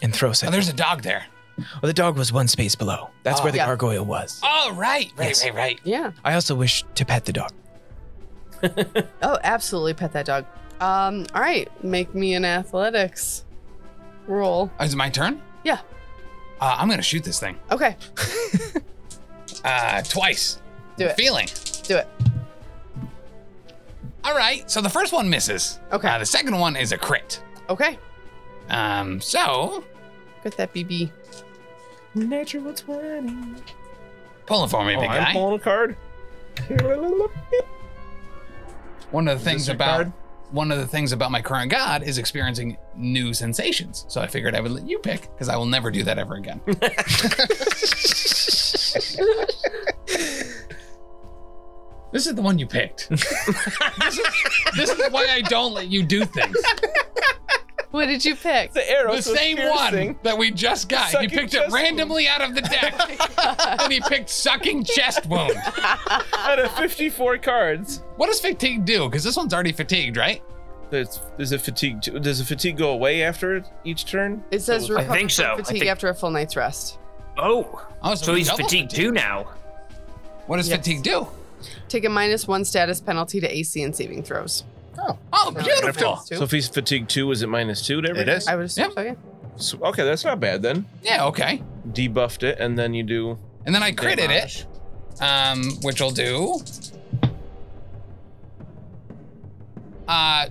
Speaker 5: and throw
Speaker 1: Oh,
Speaker 5: something.
Speaker 1: there's a dog there.
Speaker 5: well, the dog was one space below. That's
Speaker 1: Oh.
Speaker 5: where the
Speaker 2: Yeah.
Speaker 5: gargoyle was.
Speaker 1: Oh right, right,
Speaker 5: Yes.
Speaker 1: right, right.
Speaker 2: Yeah.
Speaker 5: I also wish to pet the dog.
Speaker 2: Oh, absolutely. Pet that dog. Um, all right. Make me an athletics roll.
Speaker 1: Oh, Is it my turn?
Speaker 2: Yeah.
Speaker 1: Uh, I'm gonna shoot this thing.
Speaker 2: Okay.
Speaker 1: Uh, twice.
Speaker 2: Do it.
Speaker 1: Feeling.
Speaker 2: Do it.
Speaker 1: All right. So the first one misses.
Speaker 2: Okay.
Speaker 1: Uh, the second one is a crit.
Speaker 2: Okay.
Speaker 1: Um. So
Speaker 2: Get that BB.
Speaker 3: Natural 20.
Speaker 1: pulling for me,
Speaker 3: Oh,
Speaker 1: big
Speaker 3: I'm
Speaker 1: guy.
Speaker 3: pulling a card.
Speaker 1: One of the things
Speaker 3: your
Speaker 1: about
Speaker 3: card?
Speaker 1: one of the things about my current god is experiencing new sensations. So I figured I would let you pick because I will never do that ever again. this is the one you picked. this, is, this is why I don't let you do things.
Speaker 2: What did you pick?
Speaker 3: The arrow.
Speaker 1: The same one that we just got.
Speaker 3: Sucking
Speaker 1: he picked
Speaker 3: chest
Speaker 1: it randomly out of the deck, and he picked sucking chest wound.
Speaker 3: Out of 54 cards.
Speaker 1: What does fatigue do? Because this one's already fatigued, right?
Speaker 3: There's, there's a fatigue. t- Does the fatigue go away after each turn?
Speaker 2: It says
Speaker 3: So-
Speaker 2: recover
Speaker 6: think
Speaker 2: from
Speaker 6: so. I
Speaker 2: fatigue
Speaker 6: think-
Speaker 2: after a full night's rest.
Speaker 6: Oh,
Speaker 1: Oh,
Speaker 6: so
Speaker 1: we
Speaker 6: he's
Speaker 1: double
Speaker 6: fatigued too now.
Speaker 1: What does
Speaker 2: Yes.
Speaker 1: fatigue do?
Speaker 2: Take a minus one status penalty to AC and saving throws.
Speaker 1: Oh,
Speaker 2: So-
Speaker 1: beautiful.
Speaker 3: So if he's fatigued two, is it minus two to
Speaker 4: It
Speaker 3: everything?
Speaker 4: is.
Speaker 2: I would assume
Speaker 1: Yeah.
Speaker 2: so, yeah.
Speaker 3: So- okay, that's not bad then.
Speaker 1: Yeah, okay.
Speaker 3: Debuffed it, and then you do.
Speaker 1: And then I critted it, um, which will do uh,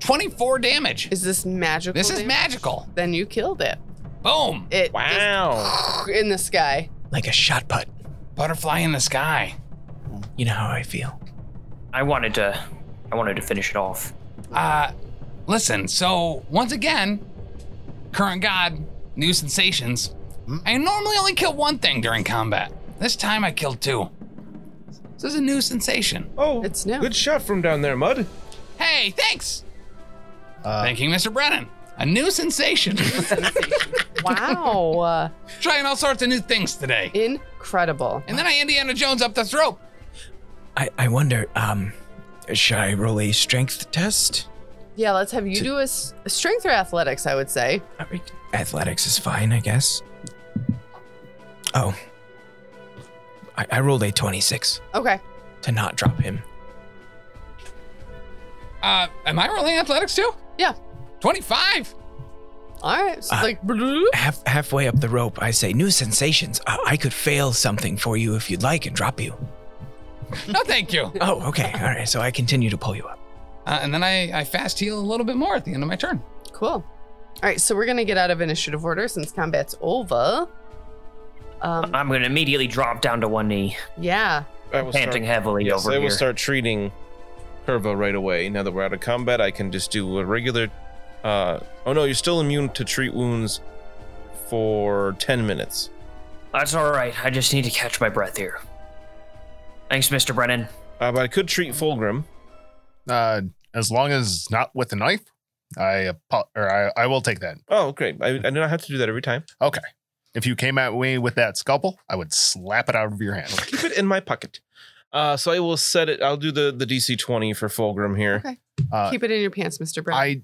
Speaker 1: 24 damage.
Speaker 2: Is this magical?
Speaker 1: this is
Speaker 2: damage?
Speaker 1: magical.
Speaker 2: Then you killed it.
Speaker 1: Boom.
Speaker 2: It
Speaker 3: Wow.
Speaker 2: is in the sky.
Speaker 5: Like a shot put.
Speaker 1: Butterfly in the sky.
Speaker 5: You know how I feel.
Speaker 6: I wanted to, I wanted to finish it off.
Speaker 1: Uh, listen, so once again, current god, new sensations. I normally only kill one thing during combat. This time I killed two. This is a new sensation.
Speaker 3: Oh,
Speaker 2: It's new.
Speaker 3: Good shot from down there, Mud.
Speaker 1: Hey, thanks.
Speaker 4: Uh,
Speaker 1: Thanking Mr. Brennan. A new sensation.
Speaker 2: Wow. Uh,
Speaker 1: Trying all sorts of new things today.
Speaker 2: incredible.
Speaker 1: And then I Indiana Jones up the throat.
Speaker 5: I, I wonder, um, should I roll a strength test?
Speaker 2: Yeah, let's have you do a, s- a strength or athletics, I would say.
Speaker 5: I mean, athletics is fine, I guess. Oh. I, I rolled a 26
Speaker 2: Okay.
Speaker 5: to not drop him.
Speaker 1: Uh, am I rolling athletics too?
Speaker 2: Yeah.
Speaker 1: 25.
Speaker 2: All right. So it's
Speaker 5: Uh,
Speaker 2: like, bloop.
Speaker 5: Half, halfway up the rope, I say, New sensations. Oh, I, I could fail something for you if you'd like and drop you.
Speaker 1: No, thank you.
Speaker 5: Oh, okay. All right. So I continue to pull you up.
Speaker 1: Uh, and then I, I fast heal a little bit more at the end of my turn.
Speaker 2: cool. All right. So we're going to get out of initiative order since combat's over. Um,
Speaker 6: I'm gonna immediately drop down to one knee,
Speaker 2: yeah.
Speaker 3: I will
Speaker 6: panting heavily
Speaker 3: Yes,
Speaker 6: over
Speaker 3: I
Speaker 6: here.
Speaker 3: will start treating Curva right away. Now that we're out of combat, I can just do a regular. Uh, oh no, you're still immune to treat wounds for 10 minutes.
Speaker 6: That's all right. I just need to catch my breath here. Thanks, Mr. Brennan.
Speaker 3: Uh, but I could treat Fulgrim.
Speaker 4: uh, as long as not with a knife, I apo- or I, I will take that.
Speaker 3: Oh, great. I, I do not have to do that every time.
Speaker 4: Okay. If you came at me with that scalpel, I would slap it out of your hand.
Speaker 3: Keep it in my pocket. Uh, so I will set it. I'll do the the DC twenty for Fulgrim here.
Speaker 2: Okay.
Speaker 4: Uh,
Speaker 2: Keep it in your pants, Mr. Brown.
Speaker 4: I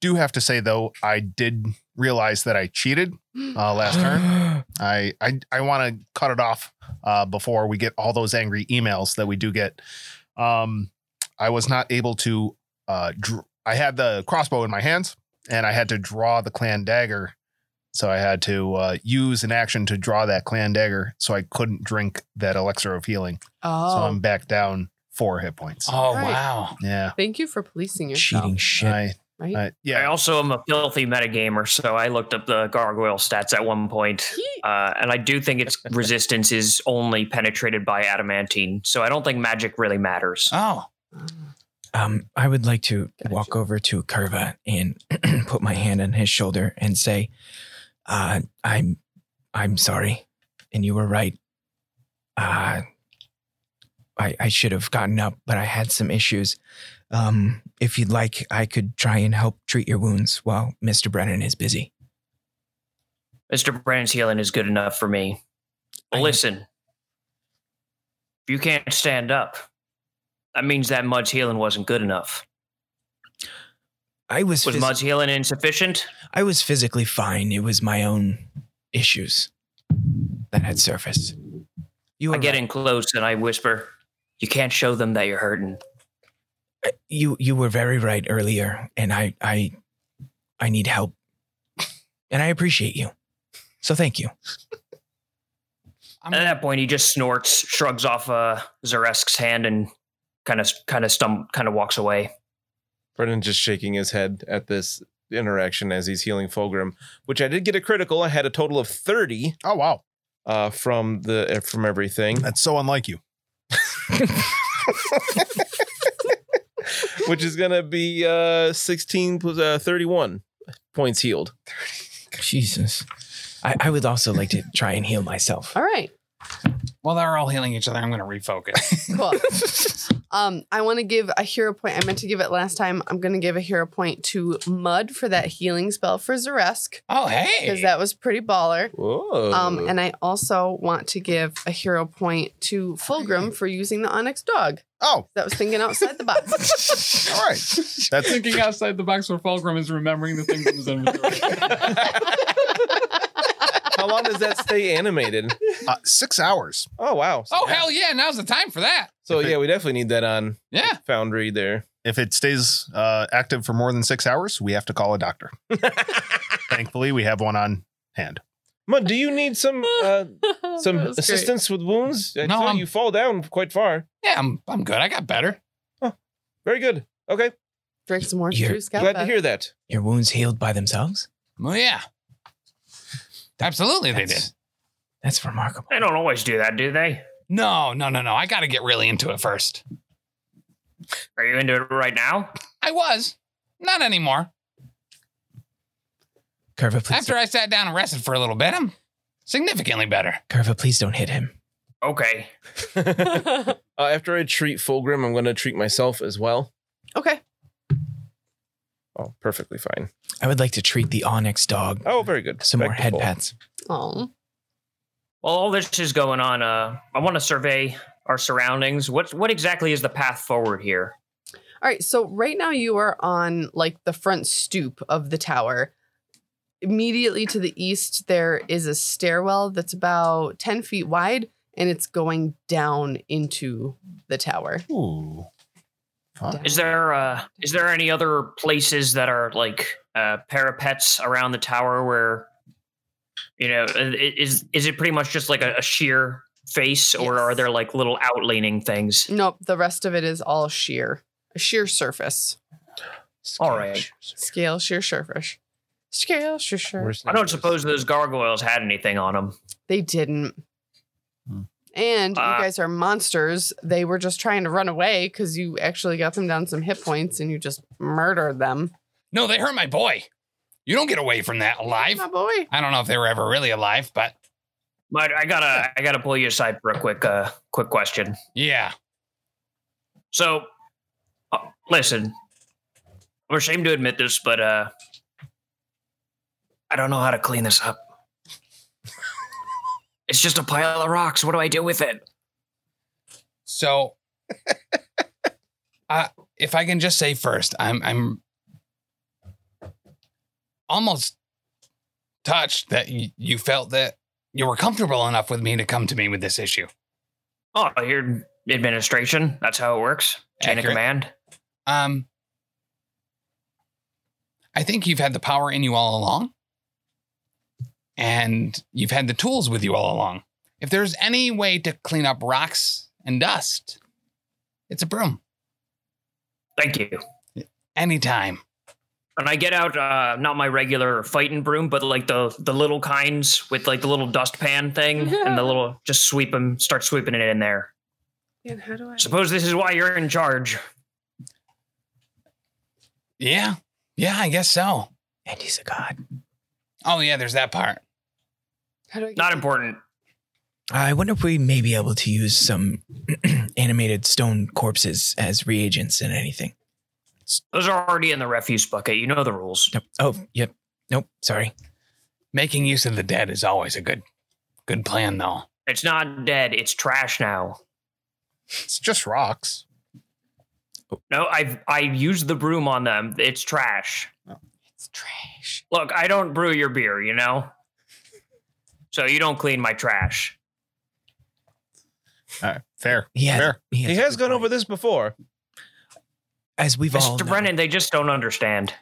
Speaker 4: do have to say though, I did realize that I cheated uh, last turn. I I, I want to cut it off uh, before we get all those angry emails that we do get. Um, I was not able to. Uh, dr- I had the crossbow in my hands, and I had to draw the clan dagger. So I had to uh, use an action to draw that clan dagger. So I couldn't drink that elixir of healing.
Speaker 2: oh,
Speaker 4: So I'm back down four hit points.
Speaker 8: Oh
Speaker 2: Right.
Speaker 8: wow.
Speaker 4: Yeah.
Speaker 2: thank you for policing yourself.
Speaker 5: Cheating shit.
Speaker 4: I,
Speaker 2: Right?
Speaker 4: I-
Speaker 6: I
Speaker 4: yeah.
Speaker 6: also am a filthy metagamer, so I looked up the gargoyle stats at one point,
Speaker 2: He-
Speaker 6: uh, and I do think its resistance is only penetrated by adamantine. So I don't think magic really matters.
Speaker 8: Oh.
Speaker 5: Um, I would like to
Speaker 2: Gotcha.
Speaker 5: walk over to Curva and put my hand on his shoulder and say, uh, "I'm, I'm sorry, and you were right. Uh, I, I should have gotten up, but I had some issues. Um, if you'd like, I could try and help treat your wounds while Mister Brennan is busy.
Speaker 6: Mr. Brand's healing is good enough for me.
Speaker 5: I-
Speaker 6: Listen, if you can't stand up, that means that Mud's healing wasn't good enough.
Speaker 5: I was,
Speaker 6: Was
Speaker 5: phys-
Speaker 6: Mud's healing insufficient?
Speaker 5: I was physically fine. It was my own issues that had surfaced. You
Speaker 6: I
Speaker 5: were
Speaker 6: get
Speaker 5: right.
Speaker 6: in close and I whisper, You can't show them that you're hurting.
Speaker 5: you you were very right earlier and i i i need help and i appreciate you so thank you
Speaker 8: I'm
Speaker 6: At that point, he just snorts, shrugs off uh, Zaresk's hand, and kind of kind of stum- kind of walks away.
Speaker 3: Brennan just shaking his head at this interaction as he's healing Fulgrim, which I did get a critical. I had a total of thirty
Speaker 4: Oh wow,
Speaker 3: uh, from the from everything,
Speaker 4: that's so unlike you.
Speaker 3: which is gonna be uh, sixteen plus uh, thirty-one points healed.
Speaker 5: jesus I, I would also like to try and heal myself
Speaker 2: All right.
Speaker 8: Well, they're all healing each other. I'm going to refocus.
Speaker 2: Cool. um, I want to give a hero point. I meant to give it last time. I'm going to give a hero point to Mud for that healing spell for Zaresk
Speaker 8: oh,
Speaker 2: because
Speaker 8: hey.
Speaker 2: that was pretty baller.
Speaker 3: Whoa!
Speaker 2: Um, and I also want to give a hero point to Fulgrim for using the Onyx dog.
Speaker 4: Oh,
Speaker 2: That was thinking outside the box.
Speaker 4: all right. That's
Speaker 1: Thinking outside the box where Fulgrim is remembering the things in his inventory.
Speaker 3: How long does that stay animated?
Speaker 4: uh, six hours.
Speaker 3: Oh wow!
Speaker 8: Oh, hell yeah. Now's the time for that.
Speaker 3: So yeah, we definitely need that on
Speaker 8: Yeah.
Speaker 3: Foundry there.
Speaker 4: if it stays uh, active for more than six hours, we have to call a doctor. Thankfully, we have one on hand.
Speaker 3: Mud, do you need some uh, some
Speaker 2: That was great.
Speaker 3: assistance with wounds? I
Speaker 8: No,
Speaker 3: saw
Speaker 8: I'm-
Speaker 3: you fall down quite far.
Speaker 8: Yeah, I'm, I'm good. I got better.
Speaker 3: Very good. Okay,
Speaker 2: Drink some orange
Speaker 5: You're
Speaker 2: juice. got
Speaker 3: glad to
Speaker 2: that.
Speaker 3: hear that.
Speaker 5: your wounds healed by themselves
Speaker 8: Well, yeah. Absolutely, they
Speaker 5: That's-
Speaker 8: did.
Speaker 5: that's remarkable
Speaker 6: They don't always do that, do they?
Speaker 8: No, no, no, no. I got to get really into it first.
Speaker 6: Are you into it right now?
Speaker 8: I was. Not anymore.
Speaker 5: curva please
Speaker 8: After I sat down and rested for a little bit, I'm significantly better.
Speaker 5: don't- curva please don't hit him
Speaker 6: Okay.
Speaker 3: uh, after I treat Fulgrim, I'm going to treat myself as well.
Speaker 2: Okay.
Speaker 3: Oh, perfectly fine.
Speaker 5: i would like to treat the onyx dog
Speaker 3: Oh, very good.
Speaker 5: some more
Speaker 3: Back to
Speaker 5: head
Speaker 3: full.
Speaker 5: pats
Speaker 2: Oh,
Speaker 6: While all this is going on, uh, I want to survey our surroundings. What what exactly is the path forward here?
Speaker 2: All right, so right now you are on like the front stoop of the tower. Immediately to the east, there is a stairwell that's about 10 feet wide and it's going down into the tower.
Speaker 4: Ooh. Huh.
Speaker 6: Is there uh, is there any other places that are like uh, parapets around the tower where you know i- i- is is it pretty much just like a, a sheer face, or
Speaker 2: Yes.
Speaker 6: are there like little outleaning things?
Speaker 2: Nope, the rest of it is all sheer, a sheer surface.
Speaker 6: All right.
Speaker 2: Scale, sheer surface. Scale, sheer surface.
Speaker 3: Worst
Speaker 6: I don't
Speaker 3: nightmares.
Speaker 6: suppose those gargoyles had anything on them.
Speaker 2: They didn't.
Speaker 4: Hmm.
Speaker 2: And
Speaker 6: Ah.
Speaker 2: you guys are monsters. They were just trying to run away because you actually got them down some hit points and you just murdered them.
Speaker 8: No, they hurt my boy. You don't get away from that alive.
Speaker 2: My boy.
Speaker 8: I don't know if they were ever really alive, but
Speaker 6: But I gotta I gotta pull you aside for a quick uh quick question.
Speaker 8: yeah.
Speaker 6: So, uh, listen, I'm ashamed to admit this, but uh, I don't know how to clean this up. It's just a pile of rocks. What do I do with it?
Speaker 1: So, uh, if I can just say first, I'm I'm almost touched that y- you felt that you were comfortable enough with me to come to me with this issue.
Speaker 6: Oh, your administration. That's how it works. Chain of
Speaker 1: Accurate.
Speaker 6: command.
Speaker 1: Um, I think you've had the power in you all along, and you've had the tools with you all along. If there's any way to clean up rocks and dust, it's a broom.
Speaker 6: Thank you.
Speaker 1: Anytime.
Speaker 6: And I get out uh, not my regular fighting broom, but like the the little kinds with like the little dustpan thing and the little just sweep them, start sweeping it in there.
Speaker 2: Man, how do I?
Speaker 6: Suppose this is why you're in charge.
Speaker 1: Yeah. Yeah, I guess so.
Speaker 5: And he's a god.
Speaker 1: Oh, yeah, there's that part.
Speaker 2: How do I? Get
Speaker 6: Not important.
Speaker 5: I wonder if we may be able to use some animated stone corpses as reagents in anything.
Speaker 6: Those are already in the refuse bucket. You know the rules.
Speaker 5: Nope. Oh, yep. Nope. Sorry.
Speaker 1: Making use of the dead is always a good good plan though.
Speaker 6: It's not dead. It's trash now.
Speaker 4: It's just rocks.
Speaker 6: No, I've I used the broom on them. It's trash.
Speaker 5: Oh,
Speaker 2: It's trash.
Speaker 6: Look, I don't brew your beer, you know. So you don't clean my trash.
Speaker 4: All right, fair.
Speaker 5: He has,
Speaker 4: Fair.
Speaker 3: He
Speaker 5: a
Speaker 3: has
Speaker 5: good
Speaker 3: gone
Speaker 5: point.
Speaker 3: over this before.
Speaker 5: As we've all.
Speaker 6: Mr.
Speaker 5: known.
Speaker 6: Brennan, they just don't understand.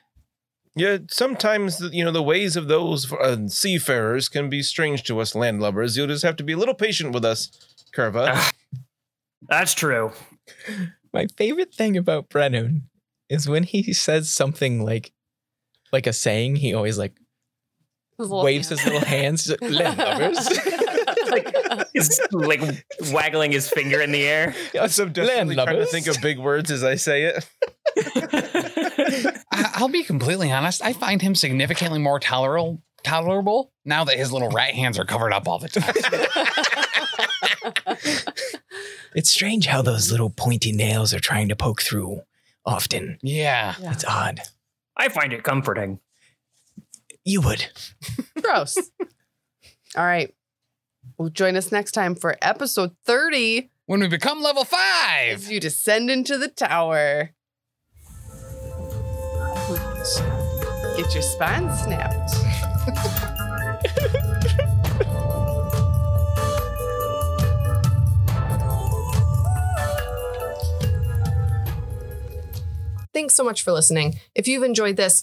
Speaker 3: Yeah, sometimes you know the ways of those uh, seafarers can be strange to us landlubbers. You'll just have to be a little patient with us, Curva.
Speaker 6: That's true.
Speaker 5: My favorite thing about Brennan is when he says something like, like a saying, he always like
Speaker 2: His little
Speaker 5: waves
Speaker 2: hand.
Speaker 5: his little hands. he's like, Landlubbers.
Speaker 6: He's like waggling his finger in the air.
Speaker 3: so I'm definitely trying to
Speaker 5: Landlubbers?
Speaker 3: think of big words as I say it.
Speaker 1: I- I'll be completely honest. I find him significantly more tolerable tolerable now that his little rat hands are covered up all the time.
Speaker 5: it's strange how those little pointy nails are trying to poke through often.
Speaker 1: yeah.
Speaker 2: Yeah.
Speaker 5: It's odd.
Speaker 6: I find it comforting.
Speaker 5: You would.
Speaker 2: Gross. All right. Well, join us next time for episode 30
Speaker 1: When we become level
Speaker 2: as
Speaker 1: five.
Speaker 2: you descend into the tower. Get your spine snapped.
Speaker 10: Thanks so much for listening. If you've enjoyed this,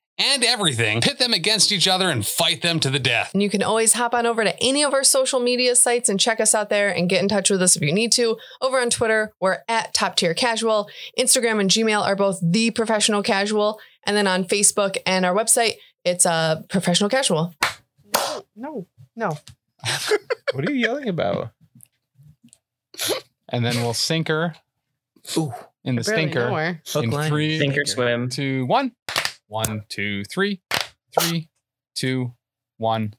Speaker 1: and everything, pit them against each other, and fight them to the death.
Speaker 10: And you can always hop on over to any of our social media sites and check us out there and get in touch with us if you need to. Over on Twitter, we're at Top Tier Casual. Instagram and Gmail are both The Professional Casual. And then on Facebook and our website, it's uh, Professional Casual.
Speaker 2: No, no.
Speaker 3: What are you yelling about?
Speaker 1: And then we'll sink her in the
Speaker 2: Barely know
Speaker 1: stinker
Speaker 2: her.
Speaker 5: Hook,
Speaker 1: in
Speaker 5: line,
Speaker 1: three,
Speaker 6: Sink or swim.
Speaker 1: two, one. One, two, three. Three, two, one.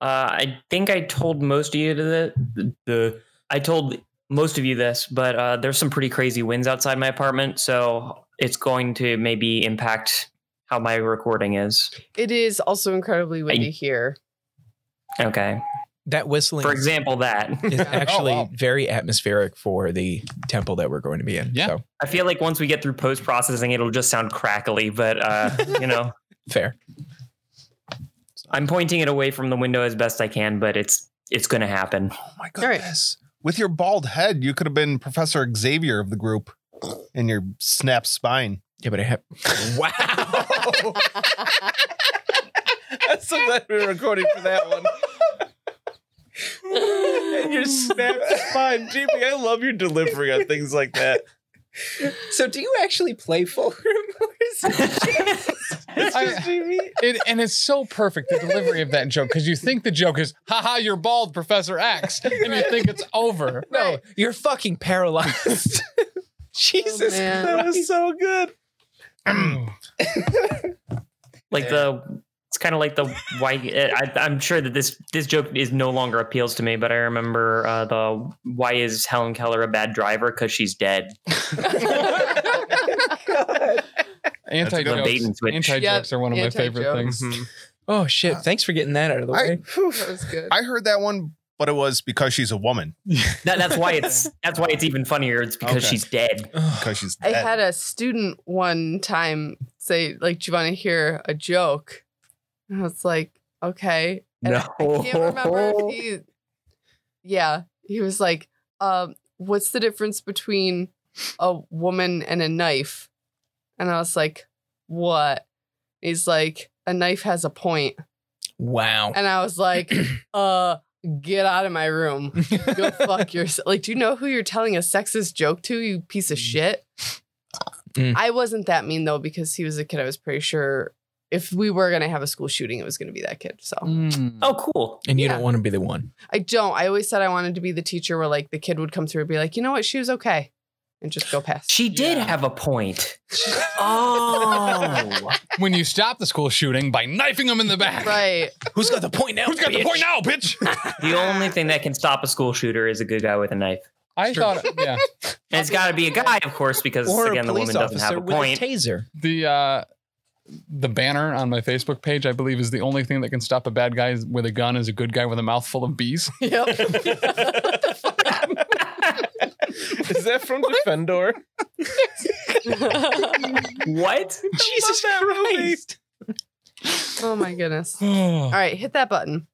Speaker 6: Uh, I think I told most of you the, the, the I told most of you this, but uh, there's some pretty crazy winds outside my apartment, so it's going to maybe impact how my recording is.
Speaker 2: It is also incredibly windy here.
Speaker 6: Okay.
Speaker 5: that whistling
Speaker 6: For example, that.
Speaker 5: is
Speaker 9: Oh,
Speaker 5: actually
Speaker 4: wow.
Speaker 5: very atmospheric for the temple that we're going to be in.
Speaker 8: Yeah.
Speaker 5: So
Speaker 6: I feel like once we get through post processing, it'll just sound crackly, but uh, you know,
Speaker 5: fair.
Speaker 6: I'm pointing it away from the window as best I can, but it's it's going to happen.
Speaker 4: Oh my
Speaker 2: All right.
Speaker 4: goodness. With your bald head, you could have been Professor Xavier of the group and your snap spine.
Speaker 5: Yeah, but I have. Wow.
Speaker 3: I'm so glad we were recording for that one. and your snap spine, JP. I love your delivery on things like that.
Speaker 9: So do you actually play Fulcrum? Or is
Speaker 1: It, and it's so perfect the delivery of that joke because you think the joke is haha you're bald Professor X and you think it's over.
Speaker 2: Oh,
Speaker 5: no, you're fucking paralyzed.
Speaker 2: Jesus
Speaker 3: That was so good.
Speaker 6: Like the it's kind of like the why I, I'm sure that this this joke is no longer appeals to me, but I remember uh, the why is Helen Keller a bad driver because she's dead.
Speaker 1: Anti
Speaker 6: good bait and
Speaker 1: jokes.
Speaker 6: switch.
Speaker 1: Anti jokes are one of my favorite
Speaker 2: Anti-jokes.
Speaker 1: things.
Speaker 5: oh shit! Thanks for getting that out of the
Speaker 4: I,
Speaker 5: way.
Speaker 4: whew.
Speaker 2: That was good.
Speaker 4: I heard that one, but it was because she's a woman.
Speaker 6: That, that's why it's that's why it's even funnier. It's because
Speaker 4: Okay.
Speaker 6: she's dead.
Speaker 4: Because she's
Speaker 2: I
Speaker 4: dead.
Speaker 2: had a student one time say, like, do you want to hear a joke? And I was like, okay. And I- I can't remember if he Yeah. He was like, um, what's the difference between a woman and a knife? And I was like, what? He's like, a knife has a point.
Speaker 5: Wow.
Speaker 2: And I was like, uh, get out of my room. Go fuck yourself. Like, do you know who you're telling a sexist joke to, you piece of shit?
Speaker 5: Mm.
Speaker 2: I wasn't that mean though, because he was a kid. I was pretty sure if we were gonna have a school shooting, it was gonna be that kid. So
Speaker 1: Mm.
Speaker 6: Oh, cool.
Speaker 5: And you
Speaker 2: Yeah.
Speaker 5: don't want to be the one.
Speaker 2: I don't. I always said I wanted to be the teacher where like the kid would come through and be like, you know what, she was okay. And just go past.
Speaker 6: She did
Speaker 1: Yeah.
Speaker 6: have a point. oh,
Speaker 1: When you stop the school shooting by knifing them in the back.
Speaker 2: right.
Speaker 5: Who's got the point now?
Speaker 1: Who's got the
Speaker 5: bitch?
Speaker 1: point now, bitch?
Speaker 6: the only thing that can stop a school shooter is a good guy with a knife.
Speaker 1: I thought, yeah.
Speaker 6: And it's got to be a guy, of course, because
Speaker 5: Or
Speaker 6: again,
Speaker 5: a
Speaker 6: the
Speaker 5: police
Speaker 6: woman doesn't have
Speaker 5: officer
Speaker 6: a
Speaker 5: with
Speaker 6: point.
Speaker 5: a taser.
Speaker 1: the uh the banner on my Facebook page, I believe, is the only thing that can stop a bad guy with a gun is a good guy with a mouthful of bees.
Speaker 3: Is that from Defendor?
Speaker 6: what?
Speaker 3: Jesus Christ.
Speaker 2: Oh my goodness. All
Speaker 1: All
Speaker 2: right, hit that button.